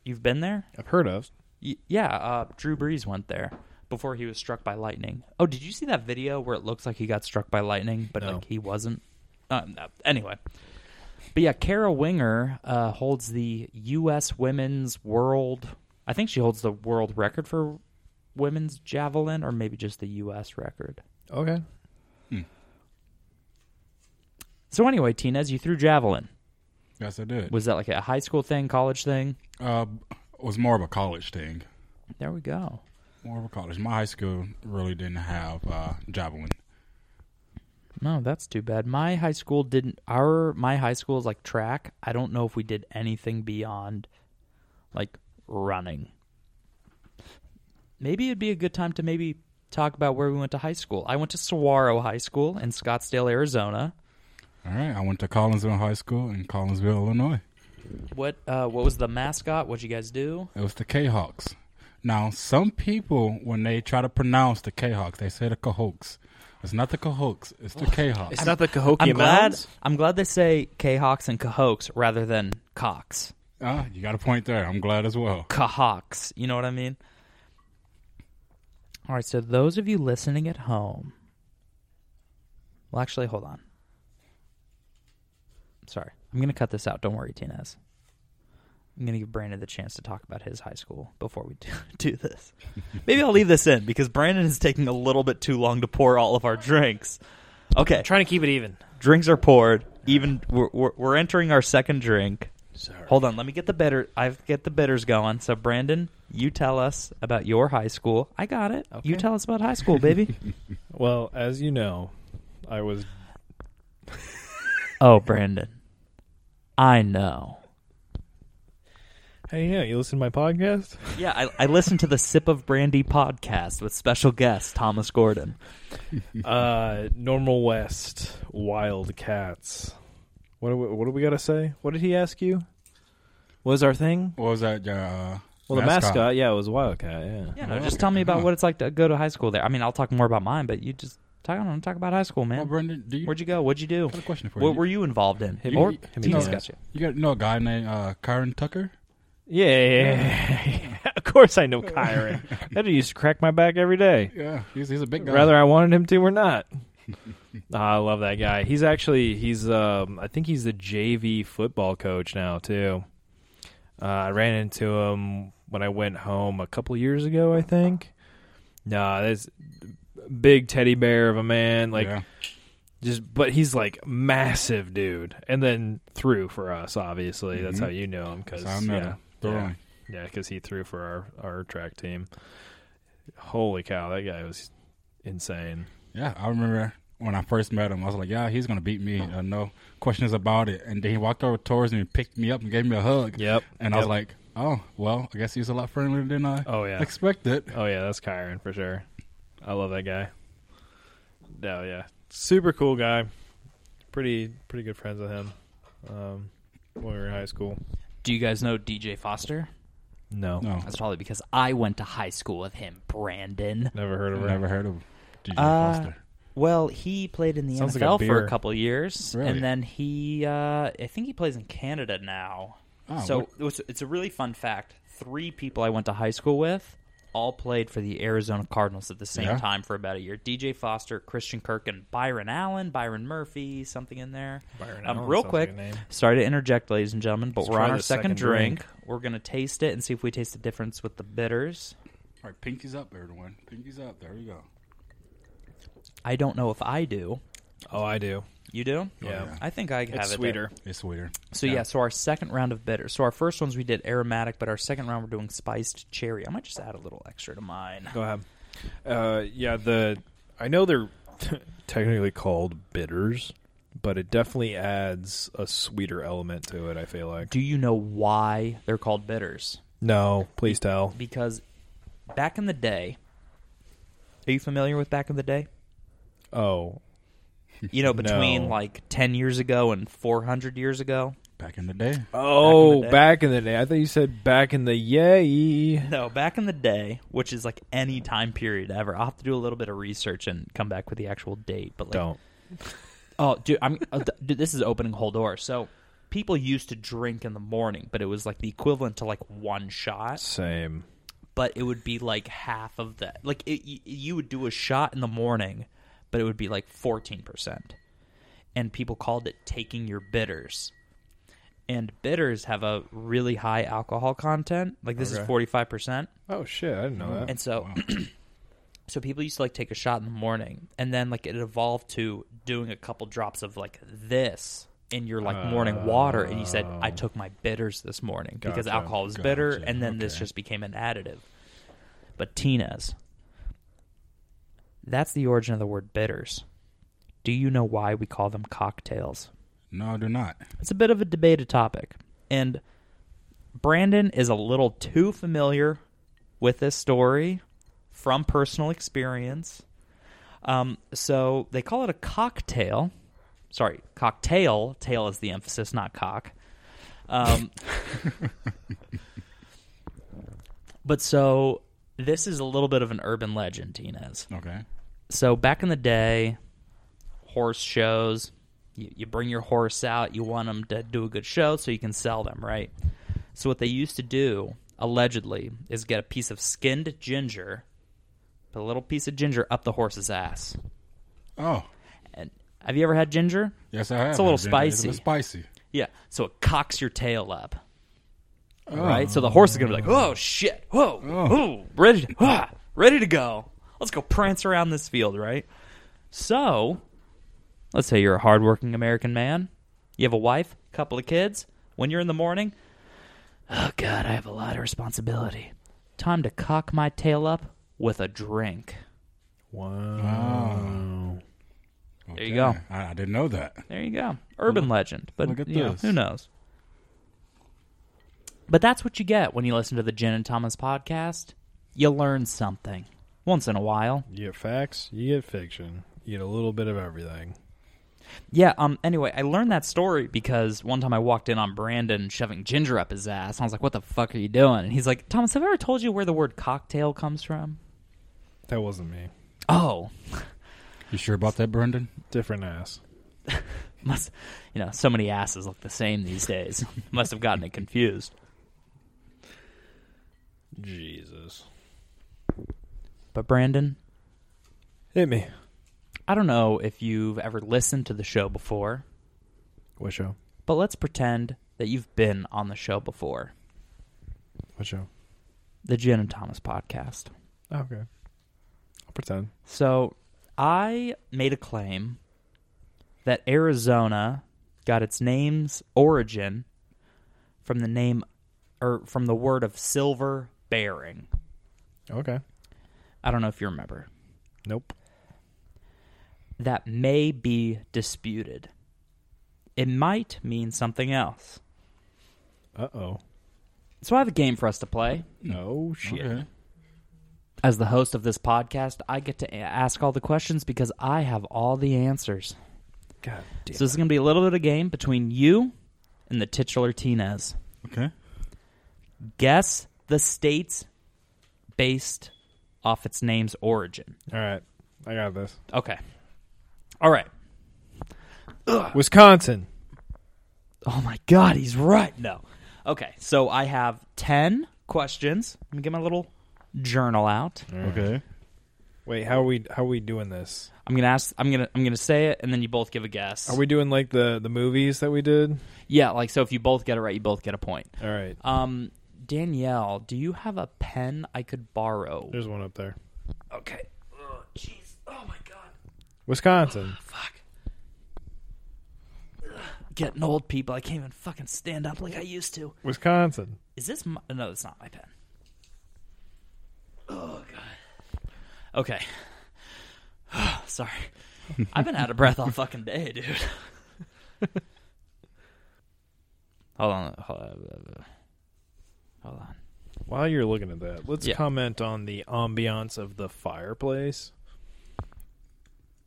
You've been there?
I've heard of.
Y- yeah, uh, Drew Brees went there before he was struck by lightning. Oh, did you see that video where it looks like he got struck by lightning, but
No.
like he wasn't? Uh, no. Anyway, but yeah, Kara Winger uh, holds the U.S. Women's World. I think she holds the world record for women's javelin, or maybe just the U.S. record.
Okay.
So anyway, Tinez, you threw javelin.
Yes, I did.
Was that like a high school thing, college thing?
Uh, it was more of a college thing.
There we go.
More of a college. My high school really didn't have uh, javelin.
No, that's too bad. My high school didn't. Our my high school is like track. I don't know if we did anything beyond like running. Maybe it'd be a good time to maybe talk about where we went to high school. I went to Saguaro High School in Scottsdale, Arizona.
All right, I went to Collinsville High School in Collinsville, Illinois.
What uh, what was the mascot? What'd you guys do?
It was the K-Hawks. Now, some people, when they try to pronounce the K-Hawks, they say the Cahoks. It's not the Cahoks. It's the K-Hawks.
It's not the Cahokia
I'm glad. I'm glad they say K-Hawks and Cahokes rather than Cox.
Ah, you got a point there. I'm glad as well.
Cahawks. You know what I mean? All right, so those of you listening at home. Well, actually, hold on. Sorry. I'm going to cut this out. Don't worry, Tinez. I'm going to give Brandon the chance to talk about his high school before we do, do this. Maybe I'll leave this in because Brandon is taking a little bit too long to pour all of our drinks. Okay,
trying to keep it even.
drinks are poured. Even we're, we're, we're entering our second drink.
Sorry.
Hold on, let me get the bitter. I've get the bitters going. So Brandon, you tell us about your high school. I got it. You
Okay.
tell us about high school, baby.
Well, as you know, I was.
oh, Brandon, I know.
How do you know? You listen to my podcast?
Yeah, I, I listened to the Sip of Brandy podcast with special guest Thomas Gordon.
uh, Normal West, Wildcats. What do we, what do we got to say? What did he ask you? What was our thing?
What was that? Uh,
Well, the mascot, yeah, it was Wildcat, yeah.
Yeah, no, just tell me about what it's like to go to high school there. I mean, I'll talk more about mine, but you just talk on talk about high school,
Well,
man.
Brendan, do you,
Where'd you go? What'd you do?
I got a question for
What
you.
were you involved in?
Hit me-
or
hit me
Tina's
down.
got you.
You got know a guy named uh, Kyron Tucker?
Yeah, yeah, yeah. of course I know Kyron. that dude used to crack my back every day,
Yeah, he's, he's a big guy.
whether I wanted him to or not. Ah, I love that guy. He's actually he's um I think he's the JV football coach now too. Uh, I ran into him when I went home a couple years ago, I think. Nah, that's big teddy bear of a man, like
yeah.
just but he's like massive dude, and then threw for us. Obviously, that's
Mhm.
how you know him because
So I met
yeah,
him. Throwing.
yeah, because he threw for our our track team. Holy cow, that guy was insane.
Yeah, I remember when I first met him, I was like, "Yeah, he's gonna beat me. Uh, no questions about it." And then he walked over towards me, and picked me up, and gave me a hug.
Yep.
And I was like, "Oh, well, I guess he's a lot friendlier than I
Oh yeah.
expected."
Oh yeah, that's Kyron for sure. I love that guy. No, yeah, super cool guy. Pretty pretty good friends with him. Um, when we were in high school.
Do you guys know DJ Foster?
No,
No,
That's probably because I went to high school with him, Brandon.
never heard of
I've
him.
never heard of DJ
Uh,
Foster.
Well, he played in the
Sounds like a
NFL for
beer.
a couple of years,
Really?
and then he, uh, I think he plays in Canada now.
Oh,
so
what-
it was, it's a really fun fact. Three people I went to high school with all played for the Arizona Cardinals at the same
Yeah.
time for about a year. DJ Foster, Christian Kirk, and Byron Allen, Byron Murphy, something in there.
Byron
um,
Allen
real
sounds
quick,
like a name.
sorry to interject, ladies and gentlemen, but
Let's
we're on
try
our
the
second
second
drink.
drink.
We're gonna taste it and see if we taste the difference with the bitters.
All right, pinkies up, everyone. Pinkies up. There we go.
I don't know if I do.
Oh, I do.
You do?
Yeah,
yeah.
I think I have
it's
it. there.
sweeter.
It's sweeter.
So yeah. so our second round of bitter. So our first ones we did aromatic, but our second round we're doing spiced cherry. I might just add a little extra to mine.
Go ahead. Uh, yeah, the I know they're technically called bitters, but it definitely adds a sweeter element to it. I feel like.
Do you know why they're called bitters?
No, please tell.
Because back in the day, are you familiar with back in the day?
Oh,
You know, between
No.
like 10 years ago and 400 years ago?
Back in the day,
oh,
day.
back in the day. I thought you said back in the yay.
No, back in the day, which is like any time period ever. I'll have to do a little bit of research and come back with the actual date, but like
Don't.
Oh, dude, I'm uh, th- dude, this is opening whole doors. So people used to drink in the morning, but it was like the equivalent to like one shot,
Same.
but it would be like half of that. Like it, y- you would do a shot in the morning, but it would be like 14%. And people called it taking your bitters. And bitters have a really high alcohol content. Like this
Okay.
is 45%.
Oh shit, I didn't know that.
And so so people used to like take a shot in the morning and then like it evolved to doing a couple drops of like this in your like morning water and you said I took my bitters this morning because
Gotcha.
alcohol is bitter
Gotcha.
and then this
Okay.
just became an additive. But Tina's that's the origin of the word bitters. Do you know why we call them cocktails?
no, I do not.
It's a bit of a debated topic. And Brandon is a little too familiar with this story from personal experience. Um, so they call it a cocktail. Sorry, cocktail. Tail is the emphasis, not cock. Um, but so this is a little bit of an urban legend, Inez
Okay,
so back in the day, horse shows, you, you bring your horse out, you want them to do a good show so you can sell them, right? So what they used to do, allegedly, is get a piece of skinned ginger, put a little piece of ginger up the horse's ass.
Oh,
And have you ever had ginger?
yes, I have.
It's a little
had ginger. It's a
spicy.
little spicy.
Yeah. So it cocks your tail up.
Oh.
Right? So the horse is gonna be like, Oh shit, whoa, ooh, ready to, ah, ready to go. Let's go prance around this field, right? So let's say you're a hardworking American man, you have a wife, couple of kids, when you're in the morning, oh god, I have a lot of responsibility. Time to cock my tail up with a drink.
Wow.
Ah.
There you go.
Okay. I, I didn't know that.
There you go. Urban legend, but
look at
you know,
this.
who knows? But that's what you get when you listen to the Jen and Thomas podcast. You learn something once in a while.
You get facts, you get fiction, you get a little bit of everything.
Yeah. Um. Anyway, I learned that story because one time I walked in on Brandon shoving ginger up his ass. I was like, "What the fuck are you doing?" And he's like, "Thomas, have I ever told you where the word cocktail comes from?"
That wasn't me.
Oh,
You sure about that, Brendan?
Different ass.
must you know so many asses look the same these days. must have gotten it confused.
Jesus.
But Brandon,
Hit me.
I don't know if you've ever listened to the show before,
What show?
but let's pretend that you've been on the show before
What show?
the Jen and Thomas podcast.
Oh, okay. I'll pretend.
So I made a claim that Arizona got its name's origin from the name or from the word of silver bearing.
Okay.
I don't know if you remember.
Nope.
That may be disputed. It might mean something else.
Uh oh.
So I have a game for us to play.
No shit.
Mm. Okay.
As the host of this podcast, I get to a- ask all the questions because I have all the answers.
God damn.
So this is going to be a little bit of a game between you and the titular Tinez.
Okay.
Guess the states based off its name's origin.
All right. I got this.
Okay. All right.
Ah.
Wisconsin.
Oh my God, he's right. No. Okay, so I have 10 questions. Let me get my little journal out.
Okay.
Wait, how are we how are we doing this?
I'm gonna ask. I'm gonna. I'm gonna say it, and then you both give a guess.
Are we doing like the the movies that we did?
Yeah. Like so, if you both get it right, you both get a point.
All right.
Um, Danielle, do you have a pen I could borrow?
There's one up there.
Okay. Ugh, Jeez. Oh my god.
Wisconsin.
Fuck. Ugh, Getting old, people. I can't even fucking stand up like I used to.
Wisconsin.
Is this? My, no, it's not my pen. Oh god. Okay. Sorry. I've been out of breath all fucking day, dude. hold on. Hold on. Hold on.
While you're looking at that, let's
Yeah.
comment on the ambiance of the fireplace.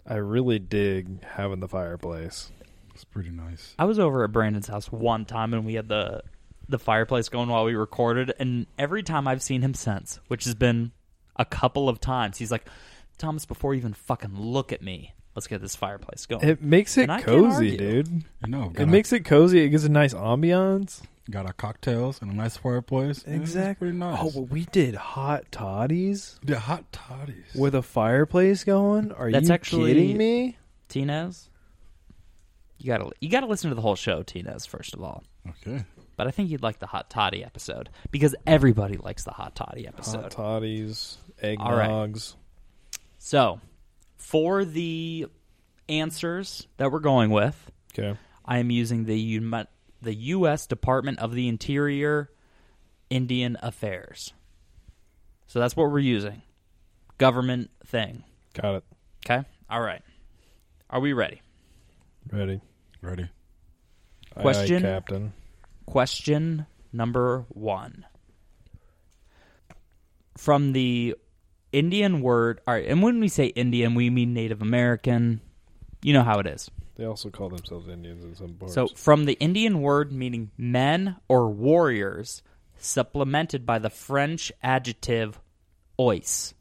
I really dig having the fireplace.
It's pretty nice.
I was over at Brandon's house one time and we had the the fireplace going while we recorded and every time I've seen him since, which has been a couple of times, he's like, Thomas, before you even fucking look at me, let's get this fireplace going.
It makes it
And I can't
cozy,
argue.
dude.
You know, got,
It
our,
makes it cozy. It gives a nice ambiance.
got our cocktails and a nice fireplace. Yeah, it's pretty nice.
Oh, but we did hot toddies
the hot toddies.
with a fireplace going. Are
That's
you
actually-
kidding me?
Tinez, you gotta you gotta listen to the whole show, Tinez, first of all.
okay.
But I think you'd like the hot toddy episode because everybody likes the hot toddy episode.
Hot toddies,
All right.
eggnogs.
so, for the answers that we're going with,
Okay.
I am using the U- the U.S. Department of the Interior Indian Affairs. So that's what we're using. Government thing.
Got it.
Okay. All right. Are we ready?
Ready.
Ready.
Aye, aye,
Question?
Captain.
Question number one. From the Indian word, all right, and when we say Indian, we mean Native American. You know how it is.
They also call themselves Indians in some parts.
So, from the Indian word meaning men or warriors, supplemented by the French adjective ois.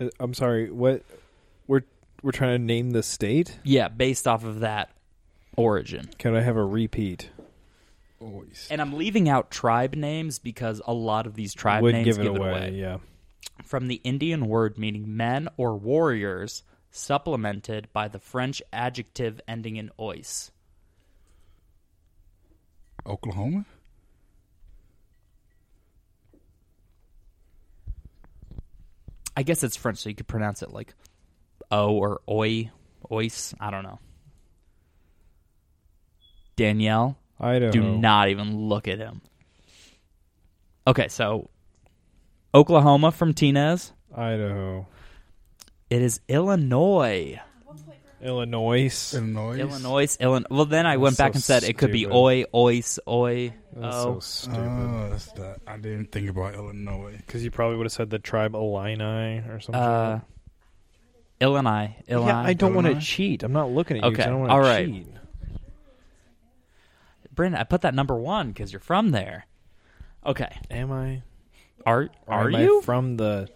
Uh, I'm sorry. What we're we're trying to name the state?
Yeah, based off of that origin.
Can I have a repeat?
Always.
And I'm leaving out tribe names because a lot of these tribe
Would
names
give it away. Yeah.
From the Indian word meaning men or warriors, supplemented by the French adjective ending in ois.
Oklahoma?
I guess it's French, so you could pronounce it like o or oi, ois. I don't know. Danielle,
Idaho.
do not even look at him. Okay, so Oklahoma from Tinez.
Idaho.
It is Illinois.
Illinois.
Illinois?
Illinois, Illinois. Well, then I went
so
back and said it could be
stupid.
oi, ois, oi.
That's so
oh.
stupid.
Oh, that's that. I didn't think about Illinois.
Because you probably would have said the tribe Illini or something.
uh, Illinois, Illinois.
yeah, I don't want to
Illini?
cheat. I'm not looking at you. 'cause
Okay,
I don't want
all
to
right.
cheat.
Brandon, I put that number one because you're from there. Okay,
Am I?
are
or
are
am
you
I from the?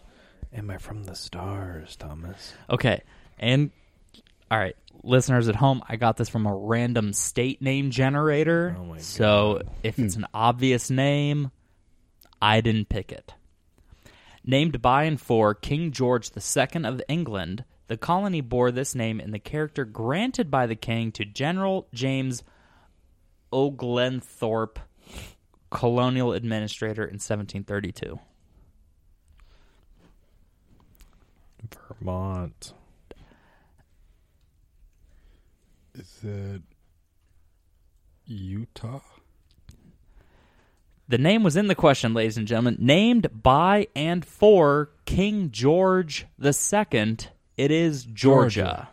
Am I from the stars, Thomas?
okay? And all right, listeners at home, I got this from a random state name generator.
Oh my
so if it's an obvious name, I didn't pick it. Named by and for King George II of England, the colony bore this name in the character granted by the king to General James O'Glenthorpe, colonial administrator in 1732.
Vermont.
Is it Utah?
The name was in the question, ladies and gentlemen. Named by and for King George II, it is Georgia.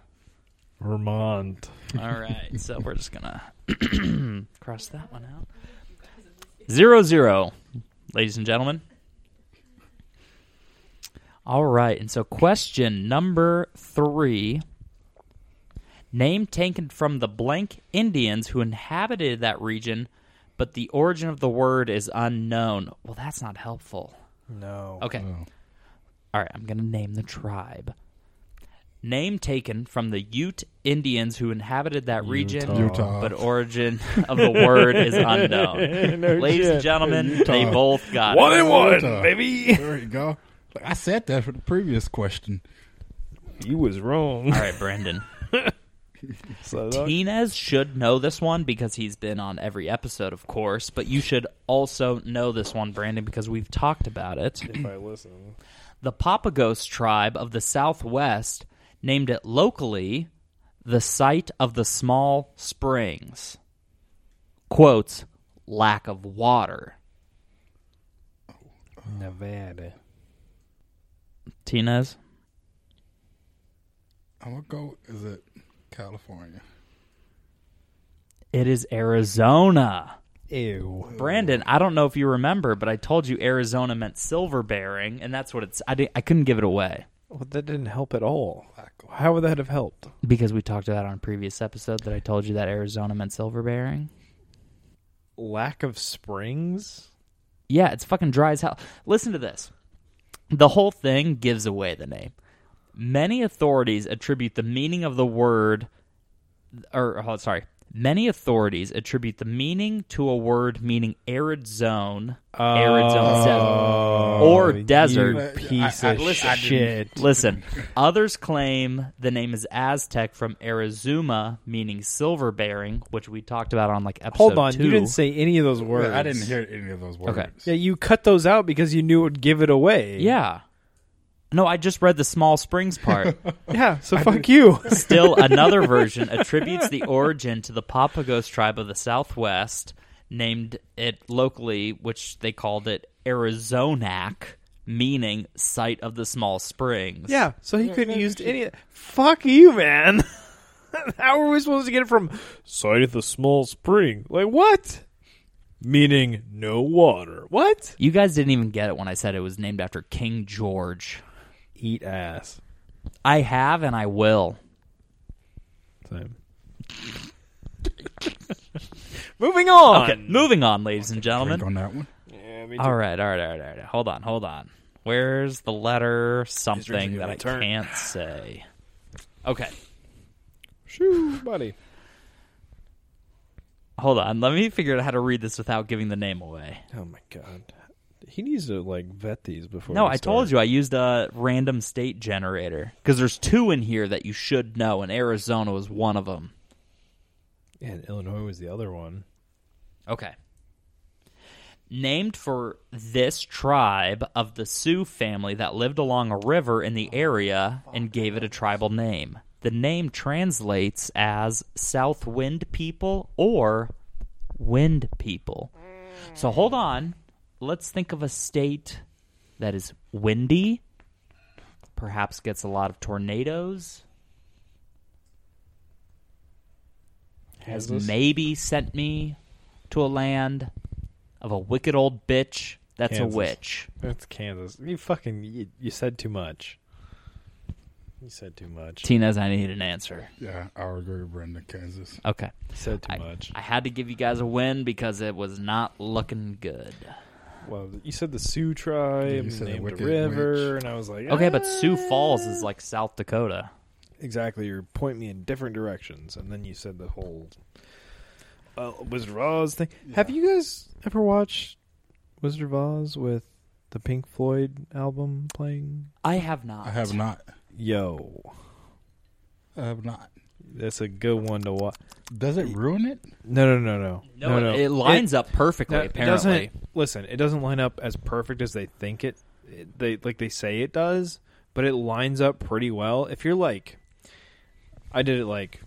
Vermont.
All right, so we're just gonna cross that one out. Zero zero, ladies and gentlemen. All right, and so question number three. Name taken from the blank Indians who inhabited that region, but the origin of the word is unknown. Well, that's not helpful.
No.
Okay.
Oh.
All right, I'm going to name the tribe. Name taken from the Ute Indians who inhabited that region,
Utah.
but origin of the word is unknown. Ladies and gentlemen, they
Utah.
both got
One
it.
and one,
Utah.
baby.
There you go. Like, I said that for the previous question.
You was wrong.
All right, Brandon.
So
Tinez should know this one because he's been on every episode, of course, but you should also know this one, Brandon, because we've talked about it.
if I listen,
The Papagos tribe of the Southwest named it locally the site of the small springs. Quotes, lack of water.
Nevada.
Tinez?
I'm gonna go. Is it California?
It is Arizona.
Ew.
Brandon, I don't know if you remember, but I told you Arizona meant silver bearing, and that's what it's. I, di- I couldn't give it away
Well, that didn't help at all. How would that have helped?
because we talked about it on a previous episode that I told you that Arizona meant silver bearing.
Lack of springs.
Yeah, it's fucking dry as hell. Listen to this. The whole thing gives away the name. Many authorities attribute the meaning of the word, or oh, sorry, many authorities attribute the meaning to a word meaning arid zone, arid zone, desert, or desert.
Oh. You piece
I- I-
of
listen, I didn't-
shit.
Listen, others claim the name is Aztec from Arizuma, meaning silver bearing, which we talked about on like episode
Hold on,
two.
you didn't say any of those words.
Well, I didn't hear any of those words.
Okay.
Yeah, you cut those out because you knew it would give it away.
Yeah. No, I just read the small springs part.
yeah. So fuck you.
Still, another version attributes the origin to the Papagos tribe of the Southwest, named it locally, which they called it Arizonac, meaning site of the small springs.
Yeah, so he couldn't use any. Fuck you, man. How are we supposed to get it from site of the small spring? Like what? Meaning no water. What?
You guys didn't even get it when I said it was named after King George.
Eat ass.
I have and I will.
Same. Moving on.
Okay, moving on, ladies and
Drink
gentlemen.
on that one.
Yeah, me
All right, all right, all right, all right. Hold on, hold on. Where's the letter something
drinking
that
my
I
turn.
can't say? Okay.
Shoo, buddy.
Hold on, let me figure out how to read this without giving the name away.
Oh my god. He needs to like vet these before.
No, I told you I used a random state generator because there's two in here that you should know, and Arizona was one of them.
And Illinois was the other one.
Okay. Named for this tribe of the Sioux family that lived along a river in the area and gave it a tribal name. The name translates as South Wind People or Wind People. So hold on. Let's think of a state that is windy, perhaps gets a lot of tornadoes, has
Kansas?
maybe sent me to a land of a wicked old bitch that's
Kansas.
a witch.
That's Kansas. You fucking you, you said too much. You said too much.
Tinez, I need an answer.
Yeah, I would agree with Brendan, Kansas.
Okay.
You said too
I,
much.
I had to give you guys a win because it was not looking good.
Well, you said the Sioux tribe,
Yeah, you
and
said the
named
Wicked
a river,
Witch.
and I was like,
Okay, but Sioux
"Ah."
Falls is like South Dakota.
exactly. You're pointing me in different directions, and then you said the whole uh, Wizard of Oz thing. Have you guys ever watched Wizard of Oz with the Pink Floyd album playing?
I have not.
I have not.
Yo,
I have not.
that's a good one to watch.
Does it ruin it?
No, no, no, no,
No, it- it lines up perfectly.
No,
apparently,
It doesn't, listen, it doesn't line up as perfect as they think it, it- They like they say it does, but it lines up pretty well. If you're like, I did it like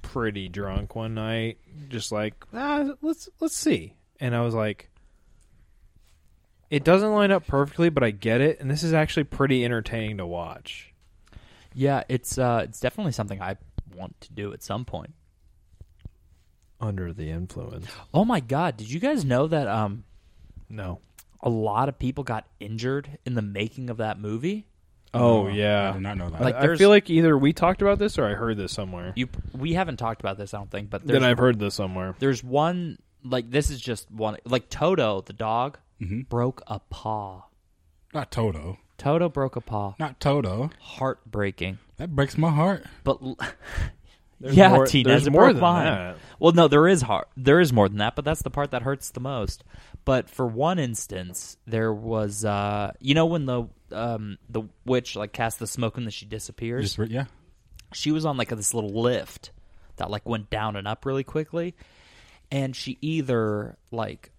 pretty drunk one night, just like ah, let's let's see, and I was like, It doesn't line up perfectly, but I get it, and this is actually pretty entertaining to watch.
Yeah, it's uh, it's definitely something I want to do at some point.
Under the influence.
Oh my god, did you guys know that um
No.
a lot of people got injured in the making of that movie?
Oh
No, I
yeah.
did not know that.
Like-
I- I
there's-
feel like either we talked about this or I heard this somewhere.
You we haven't talked about this, I don't think, but there's
Then I've heard this somewhere.
there's one like this is just one like Toto the dog
Mm-hmm.
broke a paw.
not Toto.
Toto broke a paw.
Not Toto.
Heartbreaking.
That breaks my heart.
But l-
There's
yeah,
more-
Tina,
there's
it
more
broke
than
mine.
that.
Well, no, there is heart. There is more than that, but that's the part that hurts the most. But for one instance, there was uh, you know when the um, the witch like casts the smoke and then she disappears.
Just re- yeah.
she was on like this little lift that like went down and up really quickly, and she either like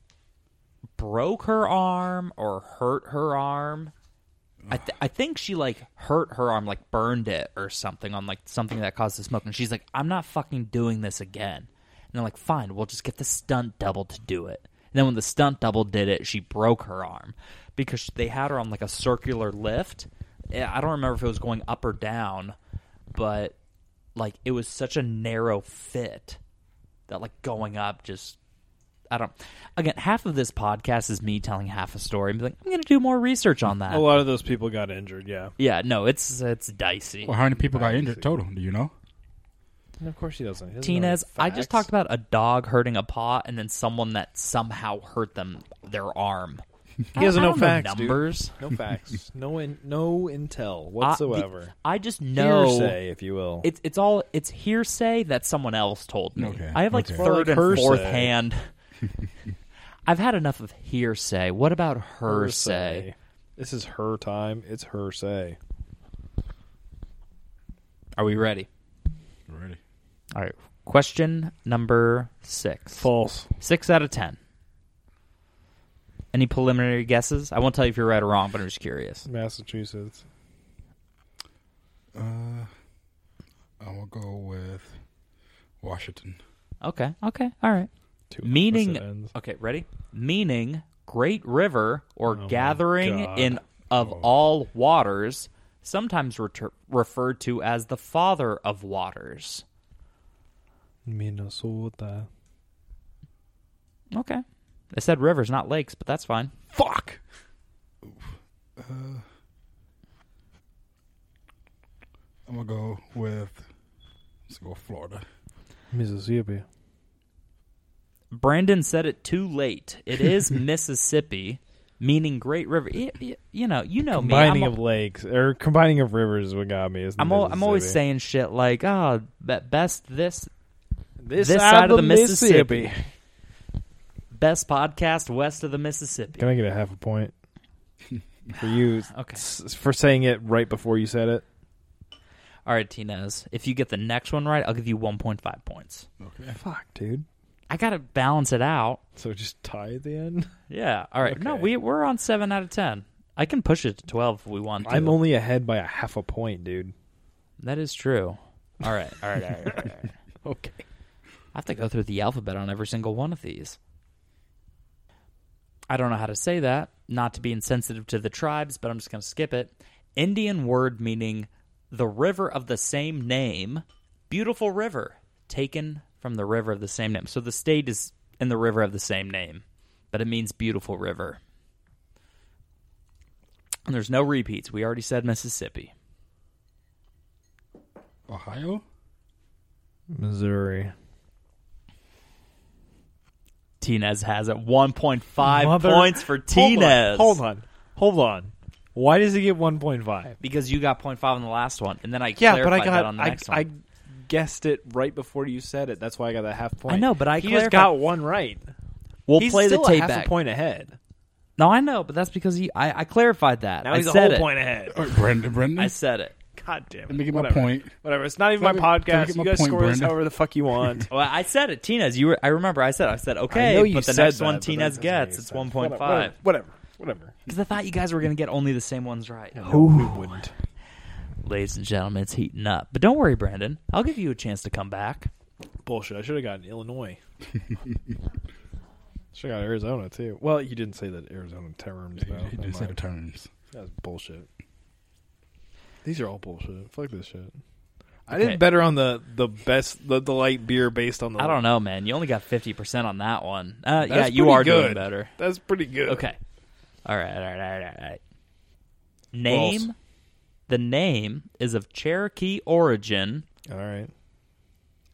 broke her arm or hurt her arm. I, th- I think she like hurt her arm, like burned it or something on like something that caused the smoke. And she's like, I'm not fucking doing this again. And they're like, fine, we'll just get the stunt double to do it. And then when the stunt double did it, she broke her arm because they had her on like a circular lift. Yeah, I don't remember if it was going up or down, but like it was such a narrow fit that like going up just I don't. Again, half of this podcast is me telling half a story. I'm like, I'm going to do more research on that.
A lot of those people got injured, yeah.
Yeah, no, it's it's dicey.
Well, how many people got injured total? Do you know?
And of course he doesn't. He doesn't know
Tinez,
the
I just
facts.
talked about a dog hurting a paw and then someone that somehow hurt them their arm. I-
He doesn't
I
know
don't
facts, dude.
numbers.
No facts. no in, no intel
I-
whatsoever.
the- I, just know
Hearsay, if you will.
it's it's all it's hearsay that someone else told me.
Okay,
I have like
okay.
More
third
like
and fourth
hearsay.
hand. I've had enough of hearsay. What about hearsay?
This is her time. It's her say.
Are we ready?
Ready.
All right. Question number six.
False.
Six out of ten. Any preliminary guesses? I won't tell you if you're right or wrong, but I'm just curious.
Massachusetts.
Uh, I will go with Washington.
Okay. Okay. All right.
Two
Meaning.
opposite ends.
Okay. Ready? Meaning great river or
Oh my
gathering
God. Oh.
in of all waters, sometimes reter- referred to as the father of waters.
Minnesota.
Okay. I said rivers, not lakes, but that's fine.
Fuck. Uh, I'm gonna go with. Let's go Florida.
Mississippi.
Brandon said it too late. It is Mississippi, meaning great river. Y- y- you know, you know
Combining
me. Oh, I'm-
of lakes or combining of rivers is what got me. Is
I'm al- I'm always
Mississippi.
saying shit like, oh, be- best this
this,
this
side of the Mississippi.
best podcast west of the Mississippi.
Can I get a half a point for you
Okay.
s- for saying it right before you said it?
All right, Tinez, if you get the next one right, I'll give you 1.5 points.
Okay.
Fuck, dude.
I gotta balance it out.
So just tie at the end.
Yeah. All right. No,
Okay.
we we're on seven out of ten. I can push it to twelve if we want to.
I'm only ahead by a half a point, dude.
that is true. All right. All right. All right. All right, all right.
Okay.
I have to go through the alphabet on every single one of these. I don't know how to say that, not to be insensitive to the tribes, but I'm just going to skip it. Indian word meaning the river of the same name, beautiful river, taken from the river of the same name. So the state is in the river of the same name, but it means beautiful river. And there's no repeats. We already said Mississippi.
Ohio.
Missouri.
Tinez has it. 1.5
Mother-
points for Tinez.
Hold on. Hold on. Hold on. Why does he get 1.5?
because you got 0.5 on the last one, and then I
Yeah,
clarified
but I
that
got
on the
I,
next
I
one.
guessed it right before you said it. That's why I got that half point.
know, but I
he just
clarified-
got one right.
we'll
he's
play
still
the tape
a half
back.
a point ahead.
No, I know, but that's because he, I, I clarified that.
Now
I
he's a
said
whole
it.
point ahead.
All right, Brendan. Brendan.
I said it.
God damn it.
Let me get my
Whatever.
point.
Whatever. It's not even
Let
my
me- let me
podcast. You
get my
guys
point,
score this
Brandon.
however the fuck you want.
Well, I said it, Tinez. You were. I remember. I said. I said okay.
I know you
but the
said
next
that,
one
but that
Tinez
doesn't
gets
make
it's
sense.
1.5
Whatever. Whatever.
because I thought you guys were going to get only the same ones right.
Who wouldn't?
Ladies and gentlemen, it's heating up. But don't worry, Brandon. I'll give you a chance to come back.
Bullshit. I should have gotten Illinois. Check out Arizona too. Well, you didn't say that Arizona terms
He-
though.
he
Never
did say the
mind.
terms.
That's bullshit. These are all bullshit. Fuck this shit. I
Okay.
did better on the the best the, the light beer based on the.
I don't know, man. You only got fifty percent on that one. Uh, yeah,
That's
you
pretty
are doing
good.
better.
That's pretty good.
Okay. All right. All right. All right. All right. Name.
False.
The name is of Cherokee origin.
All right.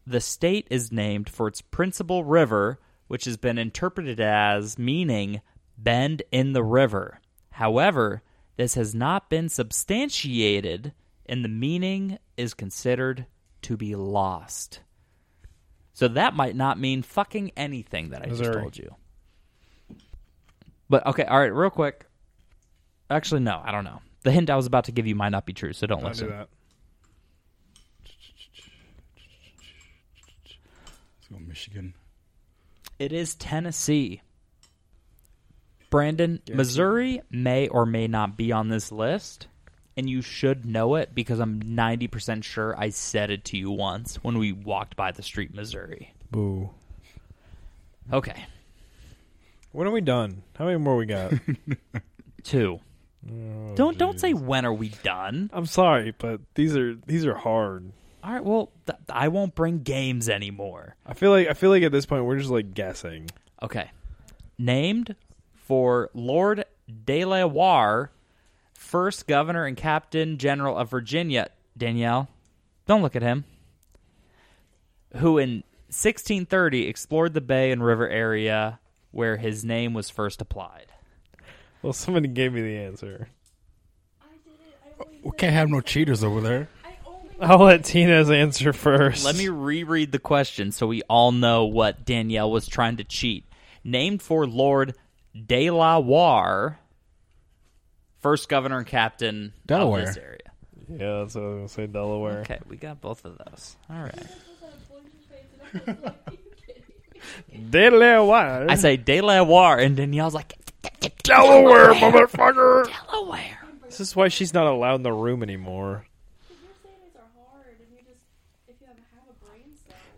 The state is named for its principal river, which has been interpreted as meaning bend in the river. However, this has not been substantiated, and the meaning is considered to be lost. So that might not mean fucking anything that I just
Missouri.
told you. But okay, all right, real quick. Actually, no, I don't know. The hint I was about to give you might not be true, so don't
I'll do
listen.
that.
Let's go Michigan.
It is Tennessee. Brandon, Missouri may or may not be on this list, and you should know it because I'm 90% sure I said it to you once when we walked by the street, Missouri.
Boo.
Okay,
When are we done? How many more we got?
two. don't don't say when are we done.
I'm sorry, but these are these are hard.
All right, well th- I won't bring games anymore.
I feel like I feel like at this point we're just like guessing.
Okay, named for Lord De La Warr, first governor and captain general of Virginia. Danielle, don't look at him. who in 1630 explored the bay and river area where his name was first applied.
Well, somebody gave me the answer.
I did it. I only
We can't have no cheaters over there.
I only
I'll let Tina's answer first.
Let me reread the question so we all know what Danielle was trying to cheat. Named for Lord De La Warr, first governor and captain
Delaware.
of this area.
Yeah, that's what I was gonna say. Delaware.
Okay, we got both of those. All right.
Delaware.
I say De La Warr, and Danielle's like,
Delaware, motherfucker.
Delaware.
This is why she's not allowed in the room anymore.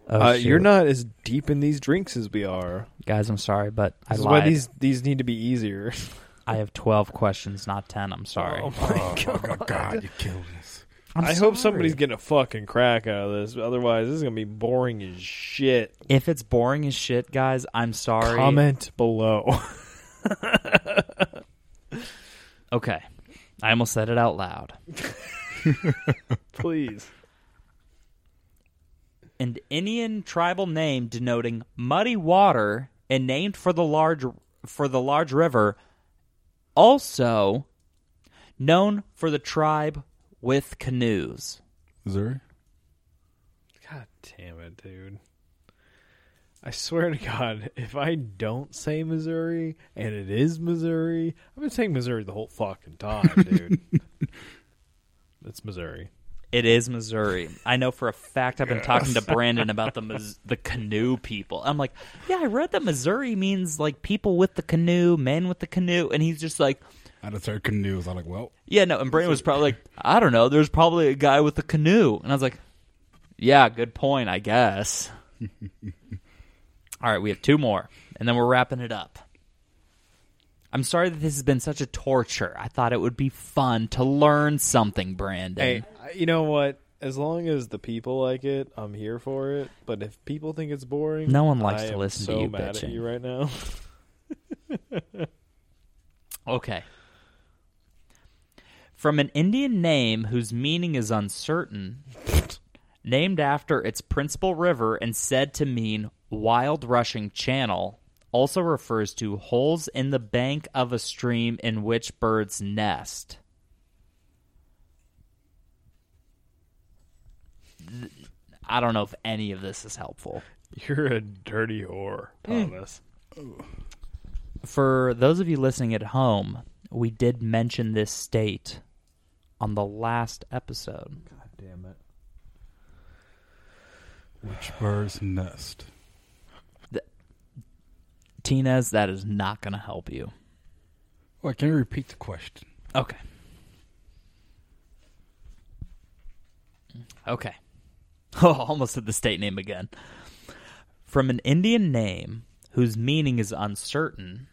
Oh,
uh, you're
shoot.
not as deep in these drinks as we are.
Guys, I'm sorry, but I
This is why
lied.
these these need to be easier.
I have 12 questions, not 10. I'm sorry.
Oh
Oh,
my
God. God, you killed us.
I'm
I hope
sorry.
somebody's getting a fucking crack out of this. Otherwise, this is gonna be boring as shit.
If it's boring as shit, guys, I'm sorry.
Comment below.
Okay. I almost said it out loud.
Please.
An Indian tribal name denoting muddy water and named for the large for the large river, also known for the tribe with canoes.
Missouri?
God damn it, dude. I swear to God, if I don't say Missouri and it is Missouri, I've been saying Missouri the whole fucking time, dude. it's Missouri.
It is Missouri. I know for a fact. I've been talking to Brandon about the Mis- the canoe people. I'm like, yeah, I read that Missouri means like people with the canoe, men with the canoe, and he's just like,
I just heard canoes. I'm like, well,
yeah, no. And Brandon was probably like, I don't know. There's probably a guy with a canoe, and I was like, yeah, good point, I guess. All right, we have two more, and then we're wrapping it up. I'm sorry that this has been such a torture. I thought it would be fun to learn something, Brandon.
Hey, I- you know what? As long as the people like it, I'm here for it. But if people think it's boring,
No one likes
I
to
am
listen to
so
you
mad
bitching.
at you right now.
Okay. From an Indian name whose meaning is uncertain, named after its principal river and said to mean wild rushing channel, also refers to holes in the bank of a stream in which birds nest. Th- I don't know if any of this is helpful.
You're a dirty whore, Thomas.
for those of you listening at home, we did mention this state on the last episode.
God damn it.
which bird's nest?
Tinez, that is not going to help you.
Wait, Oh, can you repeat the question?
Okay. Okay. Oh, almost said the state name again. From an Indian name whose meaning is uncertain,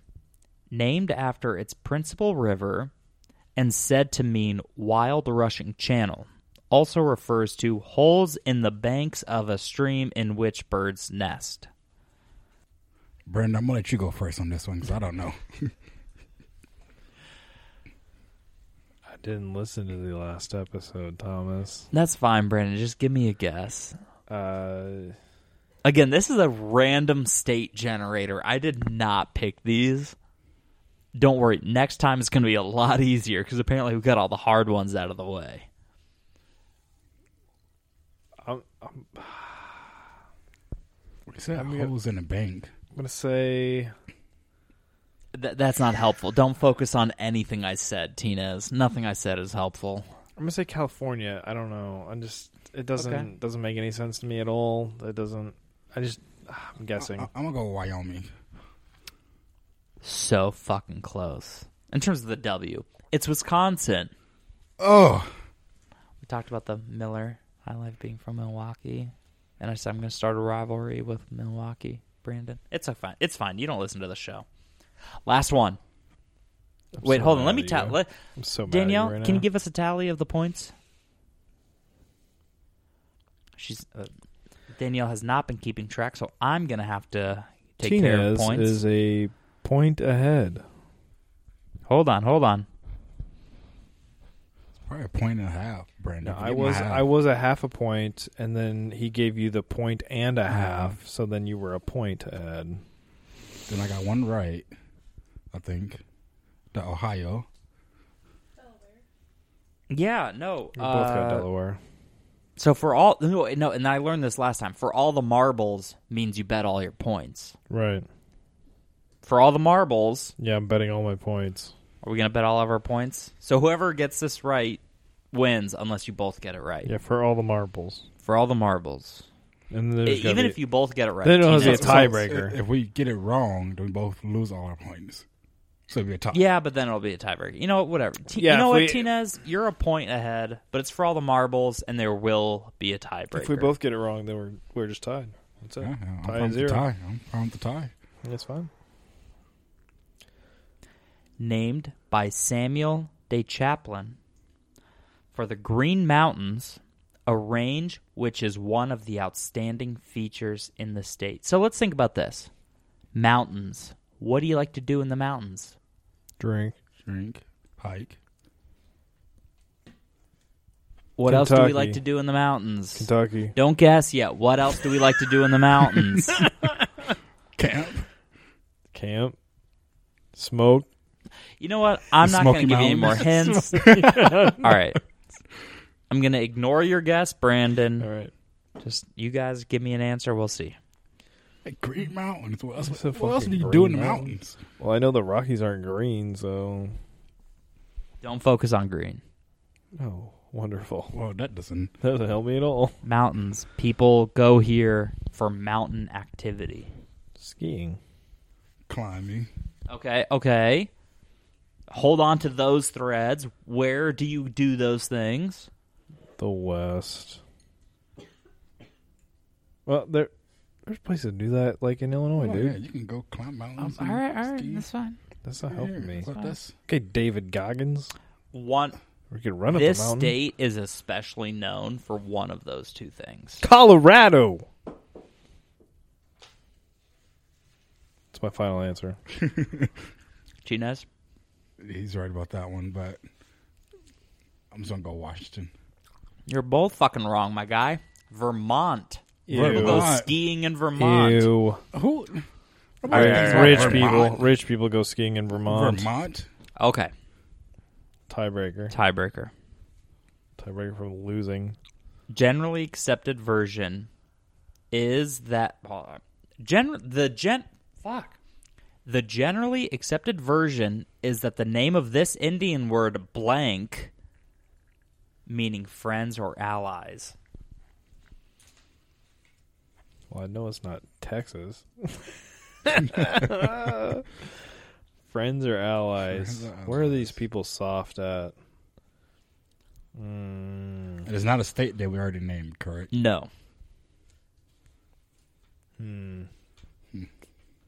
named after its principal river and said to mean wild rushing channel, also refers to holes in the banks of a stream in which birds nest.
Brandon, I'm gonna let you go first on this one because I don't know.
I didn't listen to the last episode, Thomas.
That's fine, Brandon. Just give me a guess.
Uh,
Again, this is a random state generator. I did not pick these. Don't worry. Next time it's going to be a lot easier because apparently we've got all the hard ones out of the way.
I'm, I'm
What is that?
I'm gonna-
Holes in a bank.
gonna say
Th- that's not helpful. Don't focus on anything I said, Tinez. Nothing I said is helpful.
I'm gonna say California. I don't know. I'm just it doesn't
Okay.
doesn't make any sense to me at all. It doesn't. I just ah, I'm guessing.
Uh,
I, am gonna go Wyoming.
So fucking close. In terms of the W, it's Wisconsin.
Oh,
We talked about the Miller High Life being from Milwaukee, and I said I'm going to start a rivalry with Milwaukee. Brandon, it's a fine. It's fine. You don't listen to the show. Last one.
I'm
Wait,
so
hold on.
mad
Let me
at
tell.
you.
Let,
I'm so mad at
Danielle,
you right
can you
now.
give us a tally of the points? She's uh, Danielle has not been keeping track, so I'm gonna have to take care
Tinez
of points.
is a point ahead.
Hold on, hold on.
it's probably a point and a half, Brandon.
No, I
Forget my
was
half.
I was a half a point, and then he gave you the point and
Uh-huh.
a half, so then you were a point ahead.
Then I got one right, I think. The Ohio.
Yeah, no.
We both got
uh,
Delaware.
so for all no, no, and I learned this last time. For all the marbles means you bet all your points.
Right.
For all the marbles,
Yeah, I'm betting all my points.
are we gonna bet all of our points? So whoever gets this right wins, unless you both get it right.
Yeah, for all the marbles.
For all the marbles,
And then there's
E-
gotta
even
be-
if you both get it right,
Then it has to be a
Tina-
tie- tiebreaker.
if, if we get it wrong, then we both lose all our points. So it'd be a tie.
Yeah, but then it'll be a tiebreaker. You know what? Whatever. T-
Yeah,
you know
if
what,
we-
Tinez? You're a point ahead, but it's for all the marbles, and there will be a tiebreaker.
if we both get it wrong, then we're we're just tied. That's it.
Yeah, yeah, I'm
Tie
fine
is
with the
zero.
tie. I'm fine with the tie.
That's fine.
named by Samuel de Chaplin for the Green Mountains, a range which is one of the outstanding features in the state. So let's think about this: mountains. What do you like to do in the mountains?
Drink.
Drink, hike,
What else do we
Kentucky.
like to do in the mountains?
Kentucky.
Don't guess yet. What else do we like to do in the mountains?
camp.
Camp. Smoke.
You know what? I'm not
The
going to
Smoky
give you any more hints.
Mountains.
All right. I'm going to ignore your guess, Brandon.
All right.
Just you guys give me an answer. We'll see.
Hey, Green Mountains. What
It's
else,
a
what else
fucking
do you
Green
do in the
Mountains.
mountains?
Well, I know the Rockies aren't green, so
Don't focus on green.
oh, wonderful.
Well, that doesn't.
That doesn't help me at all.
Mountains. People go here for mountain activity.
Skiing.
Climbing.
Okay. Okay. Hold on to those threads. Where do you do those things?
The West. Well, there, there's places to do that, like in Illinois,
Oh,
dude.
yeah, you can go climb mountains.
Um, all
and
right. All right.
ski.
That's fine.
That's not helping me.
But that's-
Okay, David Goggins.
One.
We could run up
This
the mountain.
state is especially known for one of those two things.
Colorado. It's my final answer.
Chinez.
he's right about that one, but I'm just gonna go Washington.
You're both fucking wrong, my guy. Vermont. People
Ew.
go
Vermont.
skiing in Vermont.
Ew.
Who?
All right,
Vermont.
rich people,
Vermont.
rich people go skiing in Vermont.
Vermont.
Okay.
Tiebreaker,
Tiebreaker.
tiebreaker from losing.
Generally accepted version is that hold on. gen the gen fuck. The generally accepted version is that the name of this Indian word blank meaning friends or allies.
Well, I know it's not Texas. Friends or allies?
Friends or
Where are
allies.
these people soft at? Mm,
It is not a state that we already named, correct?
No.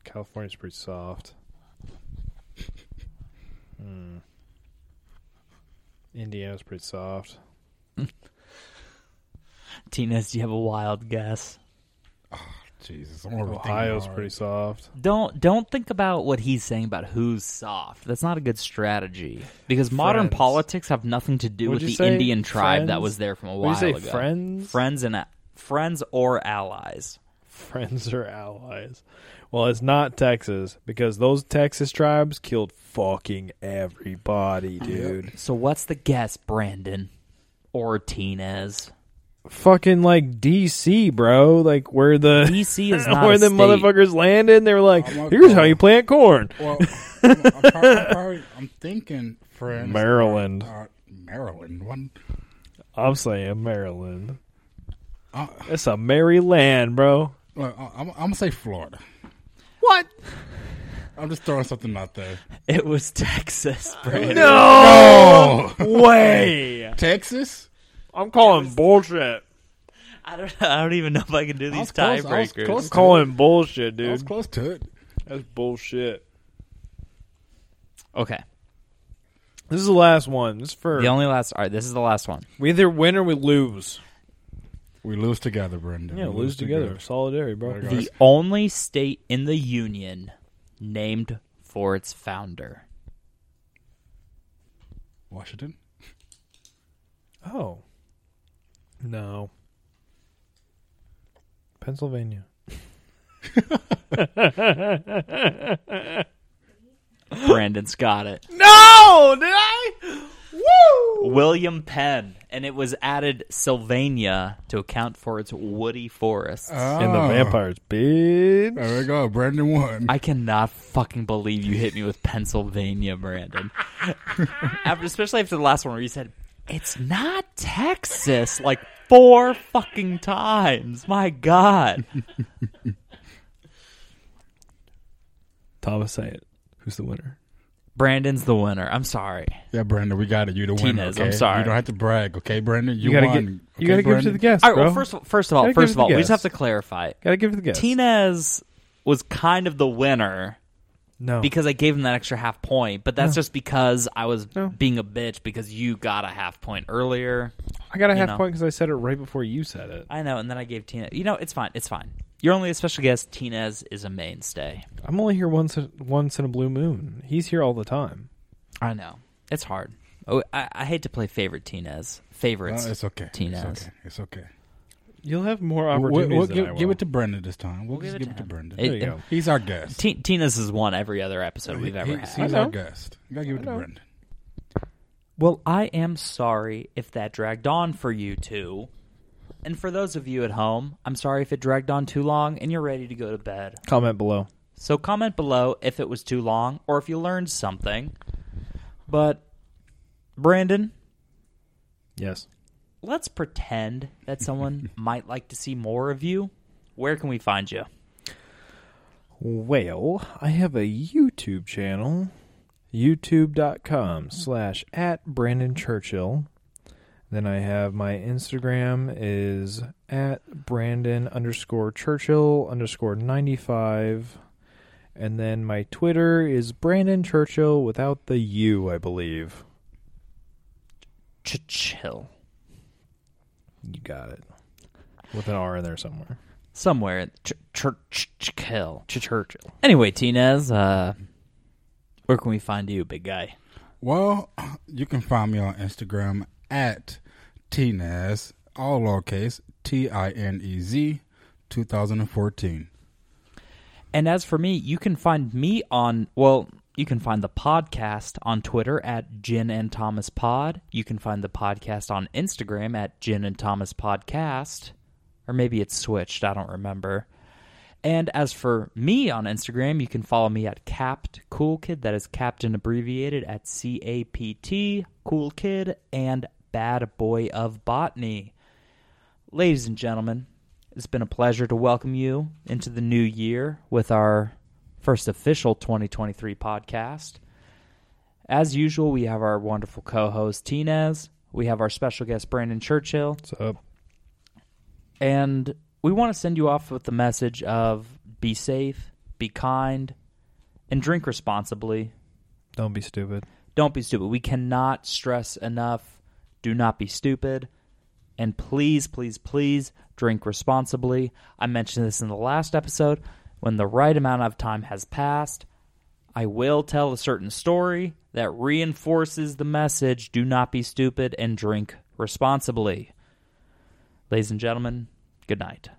California's pretty soft. Hmm. Indiana's pretty soft.
Tina's, do you have a wild guess?
Jesus, I'm overthinking
Ohio's
hard.
pretty soft.
Don't don't think about what he's saying about who's soft. That's not a good strategy because modern
Friends.
politics have nothing to do
What'd
with
you
the
say?
Indian tribe that
Friends?
was there from a
What
while
do you say,
ago.
friends?
friends and a- friends or allies.
Friends or allies. Well, it's not Texas because those Texas tribes killed fucking everybody, dude.
So what's the guess, Brandon or Tinez?
Fucking like DC, bro. Like where the
DC is not
where
a
the
state.
motherfuckers landed. They were like,
Oh my
"Here's how
God.
you plant corn."
Well, I'm, I'm, probably, I'm, probably- I'm thinking friends.
Maryland.
Uh, Maryland. One.
I'm saying Maryland.
Uh,
It's a merry land, bro.
look, I- uh, I'm, I'm gonna say Florida.
What?
I'm just throwing something out there.
It was Texas, Brandon.
No way.
Texas.
I'm calling bullshit.
I don't. I don't even know if I can do
I
these
was close, I was
tiebreakers.
close.
I'm calling bullshit,
I was
dude.
close to it.
That's bullshit.
Okay.
This is the last one. This is for
The only last. All right. This is the last one.
we either win or we lose.
We lose together, Brendan.
Yeah,
we
lose, together. Solidarity, bro.
There you
The only state in the union named for its founder.
Washington.
Oh. No. Pennsylvania.
Brandon's got it.
No! Did I? Woo!
William Penn, and it was added Sylvania to account for its woody forests.
And the
Ah,
vampires, bitch.
There we go. Brandon won.
I cannot fucking believe you hit me with Pennsylvania, Brandon. after, especially after the last one where you said it's not Texas like four fucking times. My God,
Thomas, say it. Who's the winner?
Brandon's the winner. I'm sorry.
yeah, Brandon, we got it. You the winner.
Tinez, I'm
Okay?
sorry.
You don't have to brag, okay, Brandon? You,
gotta
won.
get.
okay,
you gotta give it to
Brandon?
the guest,
All right.
bro.
Well, first, first of all,
Gotta give
first
it
of
the
all, we just have
guess.
to clarify.
gotta give it to the guest.
Tinez was kind of the winner
Oh.
No.
because I gave him that extra half point, but that's just because I was
No.
being a bitch because you got a half point earlier.
I got a
you
half
know.
point because I said it right before you said it.
I know, and then I gave Tina. You know, it's fine. It's fine. You're only a special guest. Tinez is a mainstay.
I'm only here once once in a blue moon. He's here all the time.
I know. It's hard. Oh, I, I hate to play favorite Tinez.
No,
Favorites.
Uh, it's okay.
Tinez.
It's okay. It's okay.
You'll have more
We'll-
opportunities
we'll
than
give,
I will.
give it to Brendan this time. We'll,
We'll
just
give
give
it
it to Brendan.
There you
It-
go.
He's our guest.
T- Tinez has won every other episode
He-
we've ever
he's,
had.
he's
I
our
know.
guest. You gotta
I
give it to
know.
Brendan.
Well, I am sorry if that dragged on for you two. And for those of you at home, I'm sorry if it dragged on too long and you're ready to go to bed.
Comment below.
So comment below if it was too long or if you learned something. But Brandon,
Yes.
let's pretend that someone might like to see more of you. Where can we find you?
Well, I have a YouTube channel, youtube.com slash at Brandon Churchill. Then I have my Instagram is at Brandon underscore Churchill underscore 95. And then my Twitter is Brandon Churchill without the U, I believe.
Ch- Chill.
You got it. With an R in there somewhere.
Somewhere. Ch- ch- ch- Chill.
Churchill.
Anyway, Tinez, uh, where can we find you, big guy?
Well, you can find me on Instagram at Tnez, all lowercase, T I N E Z, 2014.
And as for me, you can find me on, well, you can find the podcast on Twitter at Jen and Thomas Pod. You can find the podcast on Instagram at Jen and Thomas Podcast. Or maybe it's switched, I don't remember. And as for me on Instagram, you can follow me at Capt Cool Kid. That is Captain abbreviated at C A P T Cool Kid and Bad Boy of Botany. Ladies and gentlemen, it's been a pleasure to welcome you into the new year with our first official 2023 podcast. As usual, we have our wonderful co host, Tinez. We have our special guest, Brandon Churchill.
What's up?
And we want to send you off with the message of be safe, be kind, and drink responsibly.
Don't be stupid.
Don't be stupid. We cannot stress enough. Do not be stupid. And please, please, please drink responsibly. I mentioned this in the last episode. When the right amount of time has passed, I will tell a certain story that reinforces the message do not be stupid and drink responsibly. Ladies and gentlemen, good night.